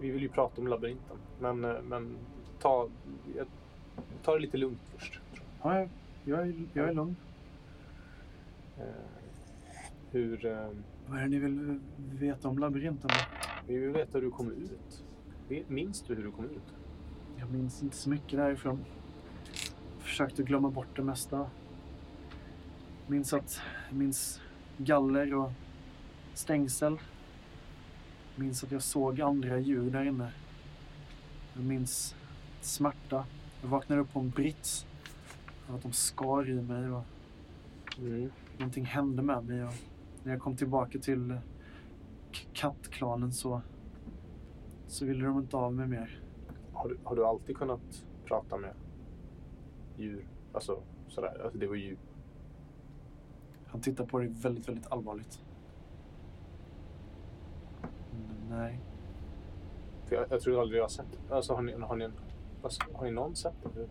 Speaker 3: Vi vill ju prata om labyrinten, men, eh, men ta, jag tar det lite lugnt först.
Speaker 2: Ja, jag, jag, är, jag är lugn.
Speaker 3: Eh, Hur, eh,
Speaker 2: Vad är det ni vill eh, veta om labyrinten? då?
Speaker 3: vi vill veta hur du kom ut. Vet- Minns du hur du kom ut?
Speaker 2: Jag minns inte så mycket därifrån. Försökte glömma bort det mesta. Minns att... Minns galler och stängsel. Minns att jag såg andra djur där inne. Jag minns smärta. Jag vaknade upp på en brits. Av att de skar i mig och
Speaker 3: Mm.
Speaker 2: någonting hände med mig. Och när jag kom tillbaka till k- kattklanen så, så ville de inte av mig mer.
Speaker 3: Har, du, har du alltid kunnat prata med djur? Alltså sådär, alltså, det var ju...
Speaker 2: Han tittar på dig väldigt, väldigt allvarligt. Mm, Nej.
Speaker 3: För jag, jag tror aldrig jag har sett. Alltså har ni, har ni, en- alltså, har ni någon sett det?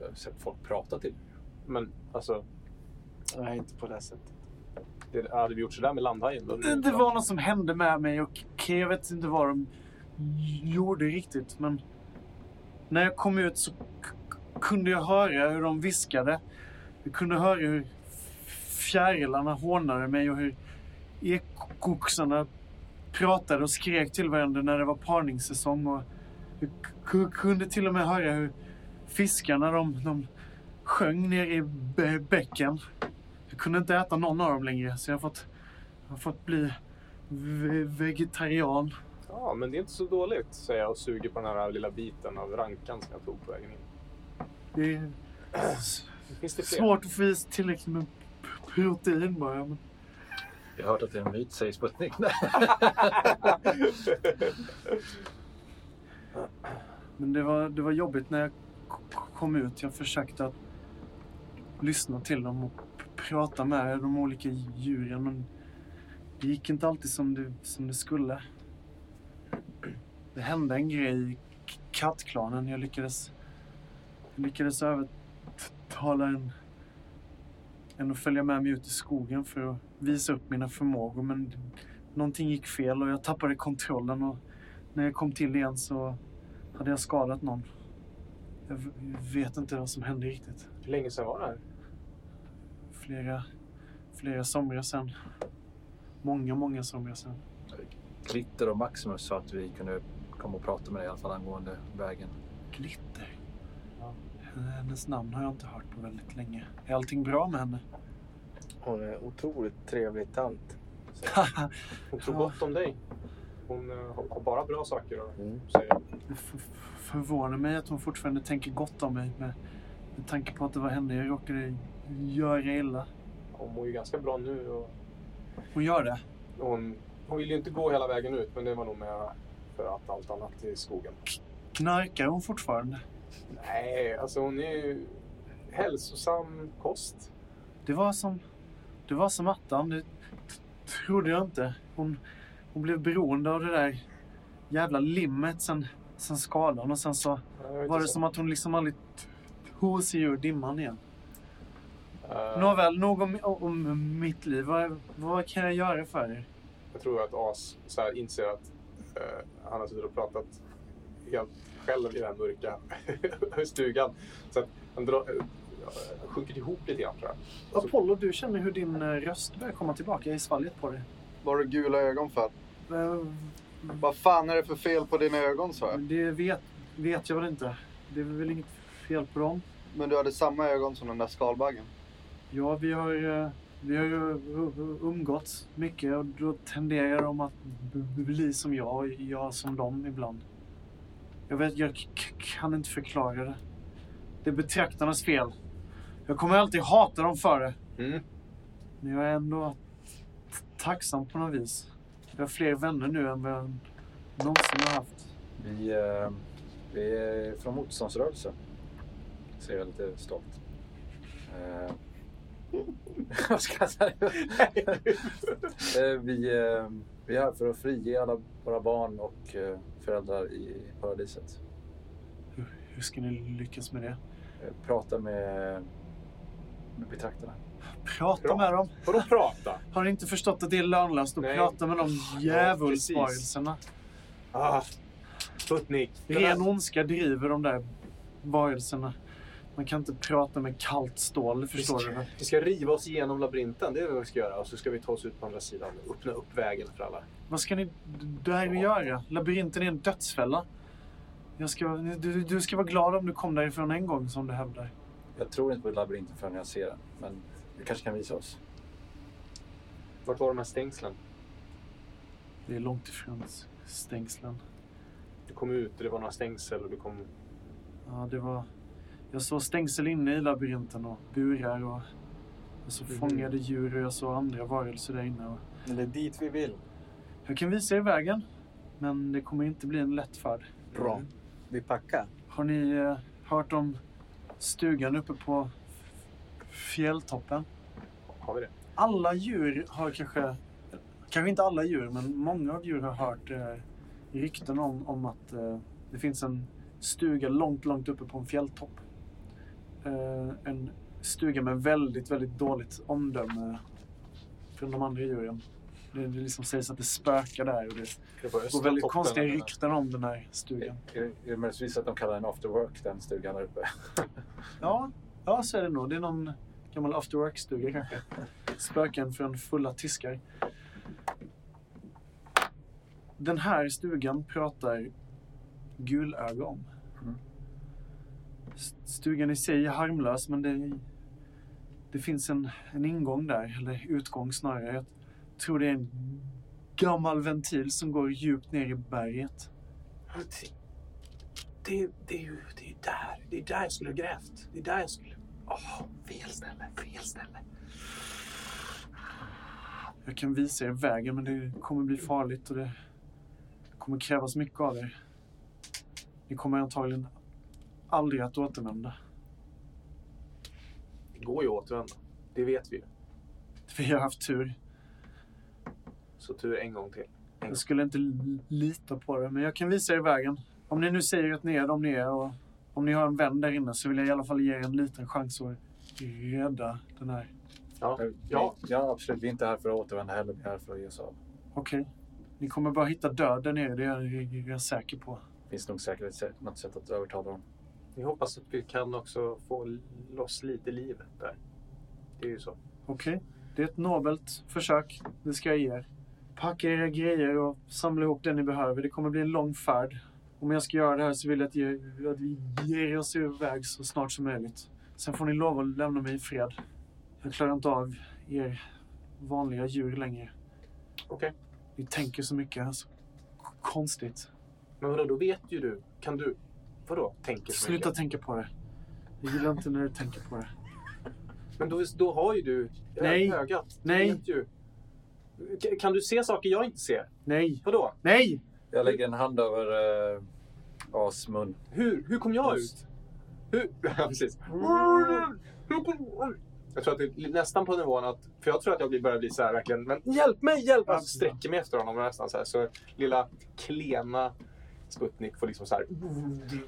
Speaker 4: Jag har sett folk prata till
Speaker 3: Men alltså,
Speaker 1: Nej, inte på det sättet.
Speaker 3: det, hade vi gjort sådär med landhajen då? hade
Speaker 2: Det,
Speaker 3: vi-
Speaker 2: det var något som hände med mig och k- jag vet inte vad de gjorde riktigt, men när jag kom ut så k- k- kunde jag höra hur de viskade. Jag kunde höra hur fjärilarna hånade mig och hur ekoxarna pratade och skrek till varandra när det var parningssäsong. Och jag k- kunde till och med höra hur fiskarna de, de sjöng ner i bä- bäcken. Jag kunde inte äta någon av dem längre, så jag har fått jag har fått bli ve- vegetarian.
Speaker 3: Ja, men det är inte så dåligt, säger jag och suger på den här lilla biten av rankan som jag tog på vägen in.
Speaker 2: Det är s-
Speaker 3: Finns det fler?
Speaker 2: svårt att få i sig tillräckligt med p- protein bara. Men
Speaker 4: Jag har hört att det är en myt, säger Sputnik. Nej.
Speaker 2: men det, var, det var jobbigt när jag k- k- kom ut. Jag försökte att lyssna till dem och p- prata med de olika djuren. Men det gick inte alltid som det, som det skulle. Det hände en grej i k- kattklanen. Jag lyckades, jag lyckades övertala en än att följa med mig ut i skogen för att visa upp mina förmågor. Men någonting gick fel och jag tappade kontrollen. Och när jag kom till igen så hade jag skadat någon. Jag v- vet inte vad som hände riktigt.
Speaker 3: Hur länge sedan var det här?
Speaker 2: Flera, flera somrar sedan. Många, många somrar sedan.
Speaker 4: Glitter och Maximus sa att vi kunde komma och prata med dig i alla fall angående vägen.
Speaker 2: Glitter. Hennes namn har jag inte hört på väldigt länge. Är allting bra med henne?
Speaker 1: Hon är otroligt trevlig tant.
Speaker 3: Hon tror gott om dig. Hon eh, har har bara bra saker att
Speaker 1: Mm.
Speaker 3: säga.
Speaker 2: Det f- förvånar mig att hon fortfarande tänker gott om mig med, med tanke på att det var henne jag råkade göra illa.
Speaker 3: Hon mår ju ganska bra nu. Och
Speaker 2: Hon gör det.
Speaker 3: hon, hon vill ju inte gå hela vägen ut, men det var nog mer för att allt annat i skogen.
Speaker 2: Knarkar hon fortfarande?
Speaker 3: Nej, alltså hon är ju hälsosam kost.
Speaker 2: Det var som, det var som attan. Det t- trodde jag inte. Hon, hon blev beroende av det där jävla limmet sen, sen skalan och sen så
Speaker 3: Jag vet
Speaker 2: var
Speaker 3: inte
Speaker 2: det
Speaker 3: så-
Speaker 2: som att hon liksom aldrig t- tog sig ur dimman igen.
Speaker 3: Eh,
Speaker 2: Nåväl, nog om, om mitt liv. Vad, vad kan jag göra för er?
Speaker 3: Jag tror att As så här inser att eh, han har suttit och pratat helt själv i den här mörka stugan. Så att han drar, eh, sjunker ihop lite grann tror jag.
Speaker 2: Apollo, du känner hur din eh, röst börjar komma tillbaka i svalget på dig.
Speaker 5: Vad har du gula ögon för?
Speaker 2: Eh,
Speaker 5: Vad fan är det för fel på dina ögon sa jag.
Speaker 2: Det vet, vet jag väl inte. Det är väl inget fel på dem.
Speaker 5: Men du hade samma ögon som den där skalbaggen.
Speaker 2: Ja, vi har, eh, vi har ju umgåtts mycket och då tenderar de att b- bli som jag och jag som dem ibland. Jag vet, jag k- k- kan inte förklara det. Det är betraktarnas fel. Jag kommer alltid hata dem för det.
Speaker 3: Mm.
Speaker 2: Men jag är ändå t- tacksam på något vis. Jag har fler vänner nu än vad jag någonsin har haft.
Speaker 4: Vi, eh, vi är från motståndsrörelsen. Ser jag lite stolt. Eh, Vad ska jag säga? Eh, vi, eh, vi är här för att frige alla våra barn och eh, föräldrar i paradiset.
Speaker 2: Hur ska ni lyckas med det?
Speaker 4: Eh, Prata med, med betraktarna.
Speaker 2: Prata
Speaker 3: Bra.
Speaker 2: med dem.
Speaker 3: Vadå prata?
Speaker 2: Har ni inte förstått att det är lönlöst att
Speaker 3: Nej.
Speaker 2: prata med de djävulsvarelserna?
Speaker 3: Ah, Sputnik. Den här-
Speaker 2: Ren ondska driver de där varelserna. Man kan inte prata med kallt stål, förstår
Speaker 3: vi
Speaker 2: du?
Speaker 3: ska,
Speaker 2: väl?
Speaker 3: Vi ska riva oss igenom labyrinten, det är vad vi ska göra. Och så ska vi ta oss ut på andra sidan och öppna upp vägen för alla.
Speaker 2: Vad ska ni d- där göra? Labyrinten är en dödsfälla. Jag ska, du, du ska vara glad om du kom därifrån en gång, som du hävdar.
Speaker 4: Jag tror inte på labyrinten förrän jag ser den. Men du kanske kan visa oss.
Speaker 3: Vart var de här stängslen?
Speaker 2: Det är långt ifrån s- stängslen.
Speaker 3: Du kom ut och det var några stängsel och du kom...
Speaker 2: Ja, det var... Jag såg stängsel inne i labyrinten och burar och... Jag såg
Speaker 3: Mhm.
Speaker 2: fångade djur och jag såg andra varelser där inne. Och
Speaker 1: Men det är dit vi vill.
Speaker 2: jag kan visa er vägen, men det kommer inte bli en lätt färd.
Speaker 1: Bra. Vi packar.
Speaker 2: Har ni eh, hört om stugan uppe på f- fjälltoppen?
Speaker 3: Har vi det?
Speaker 2: Alla djur har kanske, kanske inte alla djur, men många av djur har hört eh, rykten om, om att eh, det finns en stuga långt, långt uppe på en fjälltopp. Eh, en stuga med väldigt, väldigt dåligt omdöme från de andra djuren. Det, det liksom sägs att det spökar där och det
Speaker 3: Det var
Speaker 2: går väldigt konstiga rykten om den här stugan.
Speaker 4: Är, är det möjligtvis att de kallar den after work, den stugan där uppe?
Speaker 2: Ja, ja så är det nog. Det är någon gammal after work-stuga kanske. Spöken från fulla tyskar. Den här stugan pratar gulöga om.
Speaker 4: Mm.
Speaker 2: S- Stugan i sig är harmlös, men det, det finns en, en ingång där, eller utgång snarare. Jag tror det är en gammal ventil som går djupt ner i berget.
Speaker 3: Det, det, det, är ju, det är ju där. Det är där jag skulle ha grävt. Det är där jag skulle... Åh, fel ställe. Fel ställe.
Speaker 2: Jag kan visa er vägen, men det kommer bli farligt och det kommer krävas mycket av er. Ni kommer antagligen aldrig att återvända.
Speaker 3: Det går ju att återvända. Det vet vi ju.
Speaker 2: Vi har haft tur.
Speaker 3: Så tur en gång till.
Speaker 2: Jag skulle inte li- lita på det, men jag kan visa er vägen. Om ni nu säger att ni är de ni är och om ni har en vän där inne så vill jag i alla fall ge er en liten chans att rädda den här.
Speaker 3: Ja.
Speaker 4: Ja. ja, absolut. Vi är inte här för att återvända heller. Vi är här för att ge oss av.
Speaker 2: Okej. Ni kommer bara hitta död där nere, det är jag, jag är säker på.
Speaker 4: finns nog säkert sätt- något sätt att övertala dem.
Speaker 3: Vi hoppas att vi kan också få loss lite liv där. Det är ju så.
Speaker 2: Okej, det är ett nobelt försök. Det ska jag ge er. Packa era grejer och samla ihop det ni behöver. Det kommer bli en lång färd. Om jag ska göra det här så vill jag att, ge, att vi ger oss iväg så snart som möjligt. Sen får ni lov att lämna mig i fred. Jag klarar inte av er vanliga djur längre.
Speaker 3: Okej.
Speaker 2: Ni tänker så mycket. Alltså. Konstigt.
Speaker 3: Men vadå, då vet ju du. Kan du... Vadå, tänker så
Speaker 2: Sluta
Speaker 3: mycket?
Speaker 2: tänka på det. Jag gillar inte när du tänker på det.
Speaker 3: Men då, då har ju du ö-
Speaker 2: Nej.
Speaker 3: ögat. Du
Speaker 2: Nej.
Speaker 3: Vet ju. K- Kan du se saker jag inte ser?
Speaker 2: Nej!
Speaker 3: Vadå?
Speaker 2: Nej!
Speaker 4: Jag lägger en hand över eh, As mun.
Speaker 3: Hur, hur kom jag
Speaker 4: Just.
Speaker 3: ut? Hur? Ja, precis. Jag tror att det är nästan på nivån att... För jag tror att jag blir- börjar bli så här verkligen... Men hjälp mig, hjälp mig! Jag sträcker mig efter honom nästan så här. Så lilla klena Sputnik får liksom så här...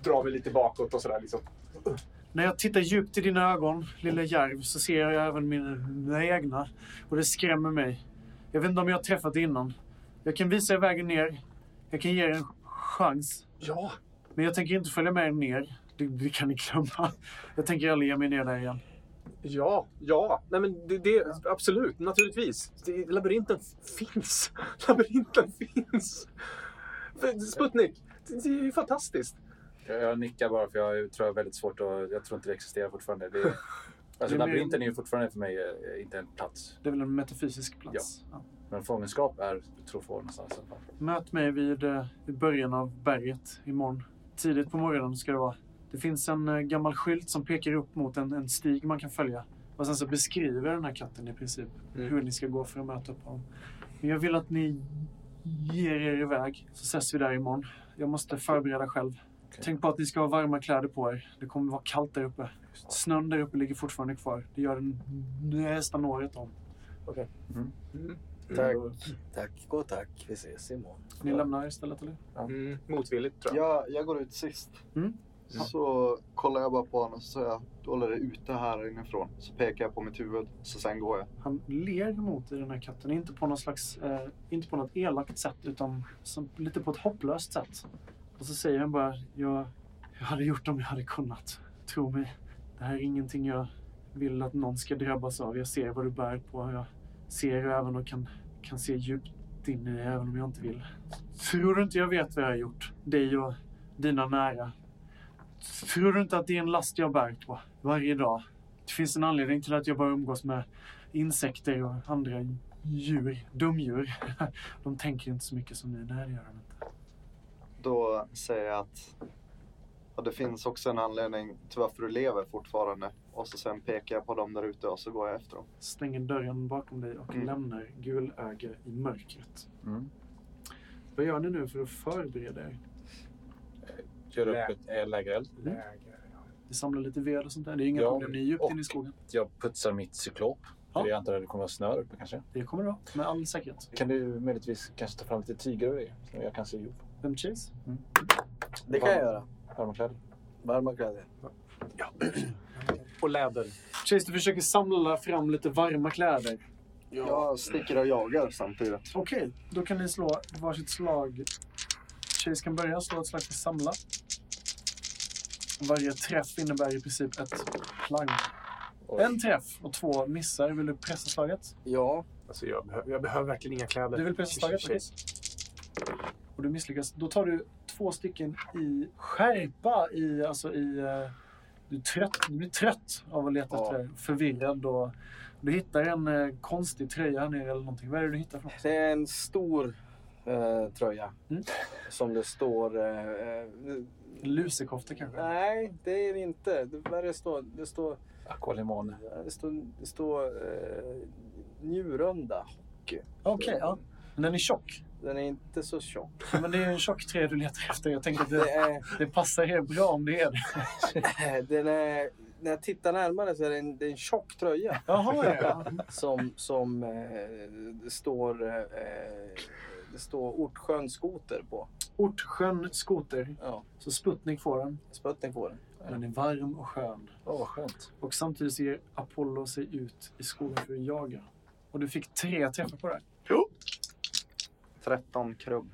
Speaker 3: Dra mig lite bakåt och så där liksom.
Speaker 2: När jag tittar djupt i dina ögon, lilla järv, så ser jag även mina, mina egna. Och det skrämmer mig. Jag vet inte om jag har träffat det innan. Jag kan visa er vägen ner. Jag kan ge er en chans.
Speaker 3: Ja!
Speaker 2: Men jag tänker inte följa med er ner. Det, det kan ni glömma. Jag tänker aldrig ge mig ner där igen.
Speaker 3: Ja, ja. Nej, men det, det, absolut, naturligtvis. Det, labyrinten finns. Labyrinten finns. För- Sputnik, det, det är ju fantastiskt.
Speaker 4: Jag, jag nickar bara för jag tror jag är väldigt svårt att... Jag tror inte det existerar fortfarande. Det, är- alltså,
Speaker 2: Det är
Speaker 4: labyrinten
Speaker 2: mer-
Speaker 4: är ju fortfarande för mig eh, inte en plats.
Speaker 2: Det är väl en metafysisk plats? Ja.
Speaker 4: Men fångenskap är, tror jag, någonstans. i alla fall.
Speaker 2: Möt mig vid, eh, vid början av berget imorgon. Tidigt på morgonen ska det vara. Det finns en eh, gammal skylt som pekar upp mot en, en stig man kan följa. Och sen så beskriver den här katten i princip
Speaker 3: Mm.
Speaker 2: hur ni ska gå för att möta upp honom. Men jag vill att ni ger er iväg, så ses vi där imorgon. Jag måste förbereda själv. Tänk på att ni ska ha varma kläder på er. Det kommer vara kallt där uppe. Snön där uppe ligger fortfarande kvar. Det gör den nästan året om.
Speaker 1: Tack. Tack och tack. Vi ses imorgon.
Speaker 2: Ni lämnar istället, eller?
Speaker 3: Mm, motvilligt, tror jag.
Speaker 5: Jag, jag går ut sist.
Speaker 2: Mm.
Speaker 5: Så kollar jag bara på honom och så säger jag, du håller dig ute här inifrån. Så pekar jag på mitt huvud, så sen går jag.
Speaker 2: Han ler mot dig, den här katten. Inte på, någon slags, eh, inte på något elakt sätt, utan som, lite på ett hopplöst sätt. Och så säger han bara, jag, jag hade gjort om jag hade kunnat. Tro mig, det här är ingenting jag vill att någon ska drabbas av. Jag ser vad du bär på. Jag ser och även och kan, kan se djupt in i dig, även om jag inte vill. Tror du inte jag vet vad jag har gjort? Dig och dina nära. Tror du inte att det är en last jag bär på varje dag? Det finns en anledning till att jag bara umgås med insekter och andra djur, dumdjur. De tänker inte så mycket som ni. Nej, det gör de inte.
Speaker 5: Då säger jag att ja, det finns också en anledning till varför du lever fortfarande. Och så sen pekar jag på dem där ute och så går jag efter dem.
Speaker 2: Stänger dörren bakom dig och
Speaker 5: Mm.
Speaker 2: lämnar gulöga i mörkret.
Speaker 4: Mm.
Speaker 2: Vad gör ni nu för att förbereda er?
Speaker 4: Gör upp
Speaker 1: Lä-
Speaker 4: ett eh, lägereld.
Speaker 2: Ni samlar lite ved och sånt där. Det är inga
Speaker 4: Ja,
Speaker 2: problem. Ni är djupt
Speaker 4: och-
Speaker 2: inne i skogen.
Speaker 4: Jag putsar mitt cyklop.
Speaker 2: Ja.
Speaker 4: För Jag antar att det kommer vara snö där uppe kanske.
Speaker 2: Det kommer det vara, med all säkerhet.
Speaker 4: Kan du möjligtvis kanske ta fram lite tyger över det? Som jag kan sy ihop.
Speaker 2: Vem Chase?
Speaker 1: Det kan jag göra.
Speaker 4: Varma kläder.
Speaker 1: Varma kläder.
Speaker 3: Och läder.
Speaker 2: Chase, du försöker samla fram lite varma kläder.
Speaker 5: Jag sticker och jagar samtidigt.
Speaker 2: Okej, då kan ni slå varsitt slag. Chase kan börja slå ett slag för samla. Varje träff innebär i princip ett plank.
Speaker 4: Oj.
Speaker 2: En träff och två missar. Vill du pressa slaget?
Speaker 1: Ja.
Speaker 3: Alltså, jag, behö- jag behöver verkligen inga kläder.
Speaker 2: Du vill pressa slaget? Okej. Och du misslyckas. Då tar du två stycken i skärpa. I, alltså i, eh, du, är trött, du blir trött av att leta
Speaker 1: Ja.
Speaker 2: efter det. Förvirrad. Och, du hittar en eh, konstig tröja här nere eller någonting. Vad är det du hittar? För något?
Speaker 1: Det är en stor eh, tröja.
Speaker 2: Mm.
Speaker 1: Som det står... Eh, eh,
Speaker 2: En lusekofta kanske?
Speaker 1: nej, det är det inte. Det, vad är det står? Det står...
Speaker 4: Aqualimone.
Speaker 1: Det står, det står eh, Njurunda.
Speaker 2: Okej, ja. Men den är tjock.
Speaker 1: Den är inte så tjock.
Speaker 2: Ja, Men det är ju en tjock tröja du letar efter. Jag tänker att
Speaker 1: Det
Speaker 2: det,
Speaker 1: är,
Speaker 2: det passar er bra om det är det.
Speaker 1: den är, när jag tittar närmare så är det en, det är en tjock tröja
Speaker 2: Jaha, ja.
Speaker 1: som, som eh, det, står, eh, det står Ortsjön skoter på.
Speaker 2: Ortsjön skoter.
Speaker 1: Ja,
Speaker 2: Så Sputnik får den.
Speaker 1: Sputnik får den.
Speaker 2: Den är varm och skön.
Speaker 4: Åh, vad skönt.
Speaker 2: Och samtidigt ser Apollo sig ut i skogen för att jaga. Och du fick tre träffar på det. här.
Speaker 5: 13 krubb.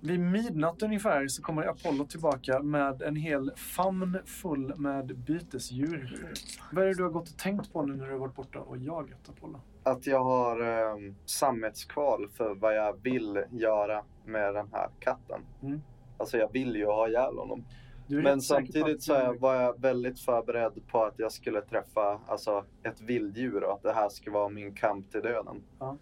Speaker 2: Vid midnatt ungefär så kommer Apollo tillbaka med en hel famn full med bytesdjur. Vad är det du har gått och tänkt på nu när du har varit borta och jagat Apollo?
Speaker 5: Att jag har eh, sammetskval för vad jag vill göra med den här katten.
Speaker 2: Mm.
Speaker 5: Alltså jag vill ju ha ihjäl honom.
Speaker 2: Du är
Speaker 5: Men
Speaker 2: rätt säker på
Speaker 5: samtidigt
Speaker 2: att
Speaker 5: så är-
Speaker 2: du-
Speaker 5: var jag väldigt förberedd på att jag skulle träffa alltså, ett vilddjur och att det här skulle vara min kamp till döden.
Speaker 2: Ja.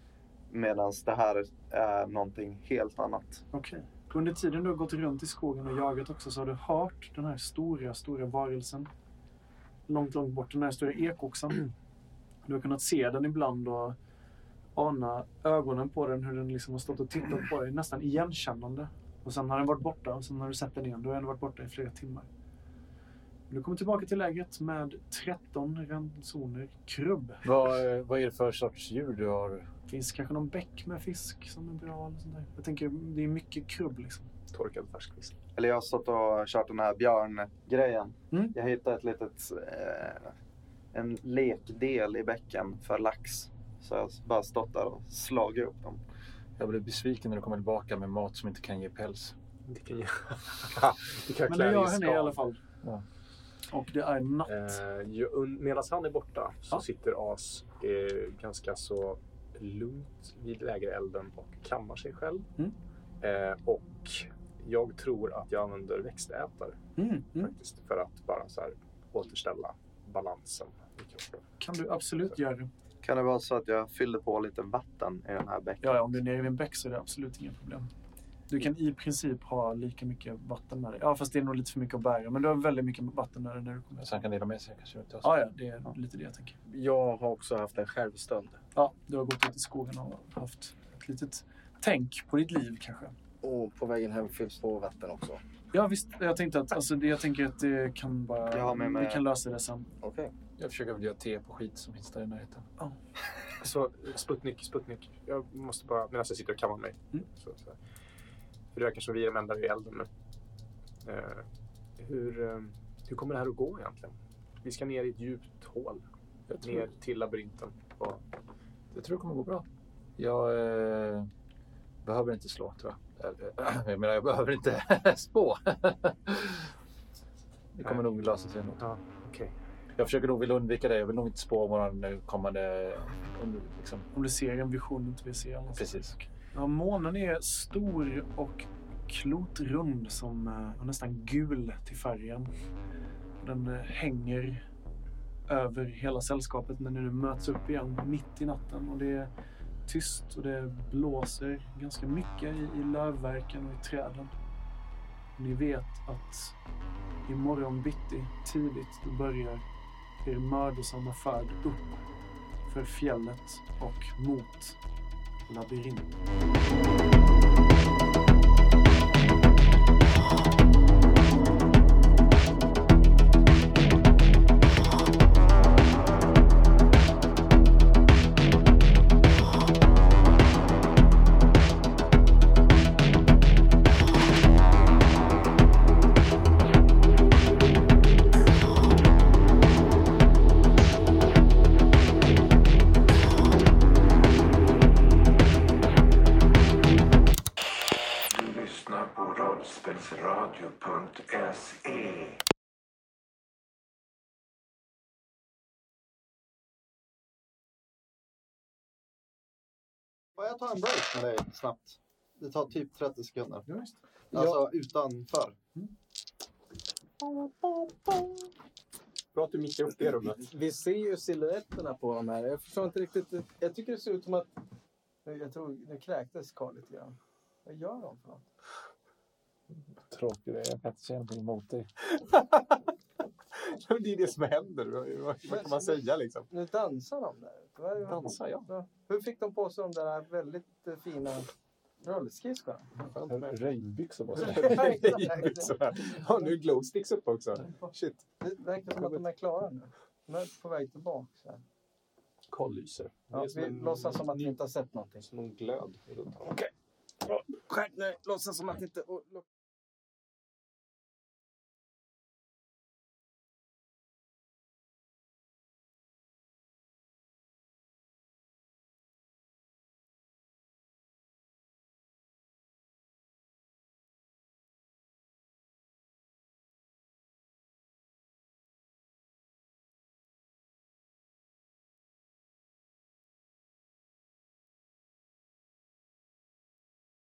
Speaker 5: Medan det här är någonting helt annat.
Speaker 2: Okej. Under tiden du har gått runt i skogen och jagat också så har du hört den här stora, stora varelsen. Långt, långt bort. Den här stora ekoxen. Du har kunnat se den ibland och ana ögonen på den, hur den liksom har stått och tittat på dig. Nästan igenkännande. Och sen har den varit borta och sen har du sett den igen. Då har den varit borta i flera timmar. Du kommer tillbaka till lägret med 13 ransoner krubb.
Speaker 4: Vad, vad är det för sorts djur du har?
Speaker 2: Det finns kanske någon bäck med fisk som är bra. Eller sånt där. Jag tänker, det är mycket krubb liksom.
Speaker 3: Torkad färskfisk.
Speaker 5: Eller jag har stått och kört den här björngrejen.
Speaker 2: Mm.
Speaker 5: Jag hittade ett litet, eh, en lekdel i bäcken för lax. Så jag har bara stått där och slagit upp dem.
Speaker 4: Jag blev besviken när du kommer tillbaka med mat som inte kan ge päls.
Speaker 3: Det kan ju... det kan
Speaker 2: Men det gör
Speaker 3: klä i
Speaker 2: henne i
Speaker 3: skal.
Speaker 2: alla fall.
Speaker 4: Ja.
Speaker 2: Och det är natt.
Speaker 3: Eh, ju- un- Medan han är borta så
Speaker 2: Ja.
Speaker 3: sitter As eh, ganska så lugnt vid lägerelden och kammar sig själv.
Speaker 2: Mm.
Speaker 3: Eh, och jag tror att jag använder växtätare
Speaker 2: Mm, mm.
Speaker 3: faktiskt för att bara så här återställa balansen i kroppen.
Speaker 2: Kan du absolut göra.
Speaker 5: Kan det vara så att jag fyllde på lite vatten i den här bäcken?
Speaker 2: Ja, ja, om du är nere vid en bäck så är det absolut inga problem. Du kan i princip ha lika mycket vatten med dig. Ja, fast det är nog lite för mycket att bära. Men du har väldigt mycket vatten med dig när du kommer.
Speaker 4: Så han kan dela med sig. Kanske. inte har så-
Speaker 2: Ja, ja, det är lite det jag tänker.
Speaker 1: Jag har också haft en självstöld.
Speaker 2: Ja, du har gått ut i skogen och haft ett litet tänk på ditt liv kanske.
Speaker 1: Och på vägen hem fylls på vatten också.
Speaker 2: Ja, visst. Jag tänkte att alltså, det, jag tänker att det kan bara...
Speaker 5: Jag har med mig-
Speaker 2: Vi kan lösa det sen.
Speaker 1: Okej.
Speaker 4: Jag försöker väl göra te på skit som finns där i närheten.
Speaker 3: Så eh, Sputnik, Sputnik. Jag måste bara, medan jag sitter och kammar mig.
Speaker 2: Mm.
Speaker 3: Så, så här. För det verkar som vi är de enda vid elden nu. Eh, hur, eh, hur kommer det här att gå egentligen? Vi ska ner i ett djupt hål.
Speaker 4: Jag tror,
Speaker 3: Ner till labyrinten. Och
Speaker 4: jag tror det kommer gå bra. Jag eh, behöver inte slå, tror jag. Eller, Jag menar, jag behöver inte spå. Det kommer nog lösa sig ändå.
Speaker 3: Ja, okej.
Speaker 4: Jag försöker nog vill undvika det. Jag vill nog inte spå om våran nu kommande... Om, liksom,
Speaker 2: Om du ser en vision inte vill se. Alltså.
Speaker 4: precis.
Speaker 2: Ja, månen är stor och klotrund som eh, och nästan gul till färgen. Den eh, hänger över hela sällskapet när ni nu möts upp igen mitt i natten. Och det är tyst och det blåser ganska mycket i, i lövverken och i träden. Ni vet att imorgon bitti tidigt då börjar er mödosamma färd upp för fjället och mot labyrinten.
Speaker 7: Du lyssnar på
Speaker 1: E.
Speaker 7: rollspelsradio.se
Speaker 5: Får jag ta en break med dig snabbt? Det tar typ 30 sekunder.
Speaker 2: Ja, visst.
Speaker 5: Alltså utanför.
Speaker 3: Bra att du mickar upp det rummet.
Speaker 1: Vi ser ju siluetterna på de här. Jag förstår inte riktigt. Jag tycker det ser ut som att... Jag tror nu kräktes Karl lite grann. Vad gör de för något?
Speaker 4: Tråkig du är. Jag kan inte säga någonting emot dig.
Speaker 3: det är det som händer. Vad, vad vad kan man säga liksom?
Speaker 1: Nu dansar de där. Vad är det-
Speaker 3: Dansar, ja.
Speaker 1: Hur fick de på sig de där väldigt eh, fina rullskidskorna?
Speaker 4: Röjbyxor på sig.
Speaker 3: Så här. Ja, nu är glowsticks uppe också. Shit.
Speaker 1: Det verkar som att de är klara nu. De är på väg tillbaka. så här.
Speaker 3: Karl lyser.
Speaker 1: Ja, vi låtsas som att vi inte har sett någonting.
Speaker 3: som en glöd.
Speaker 1: Skärp nu! Låtsas som att inte... och-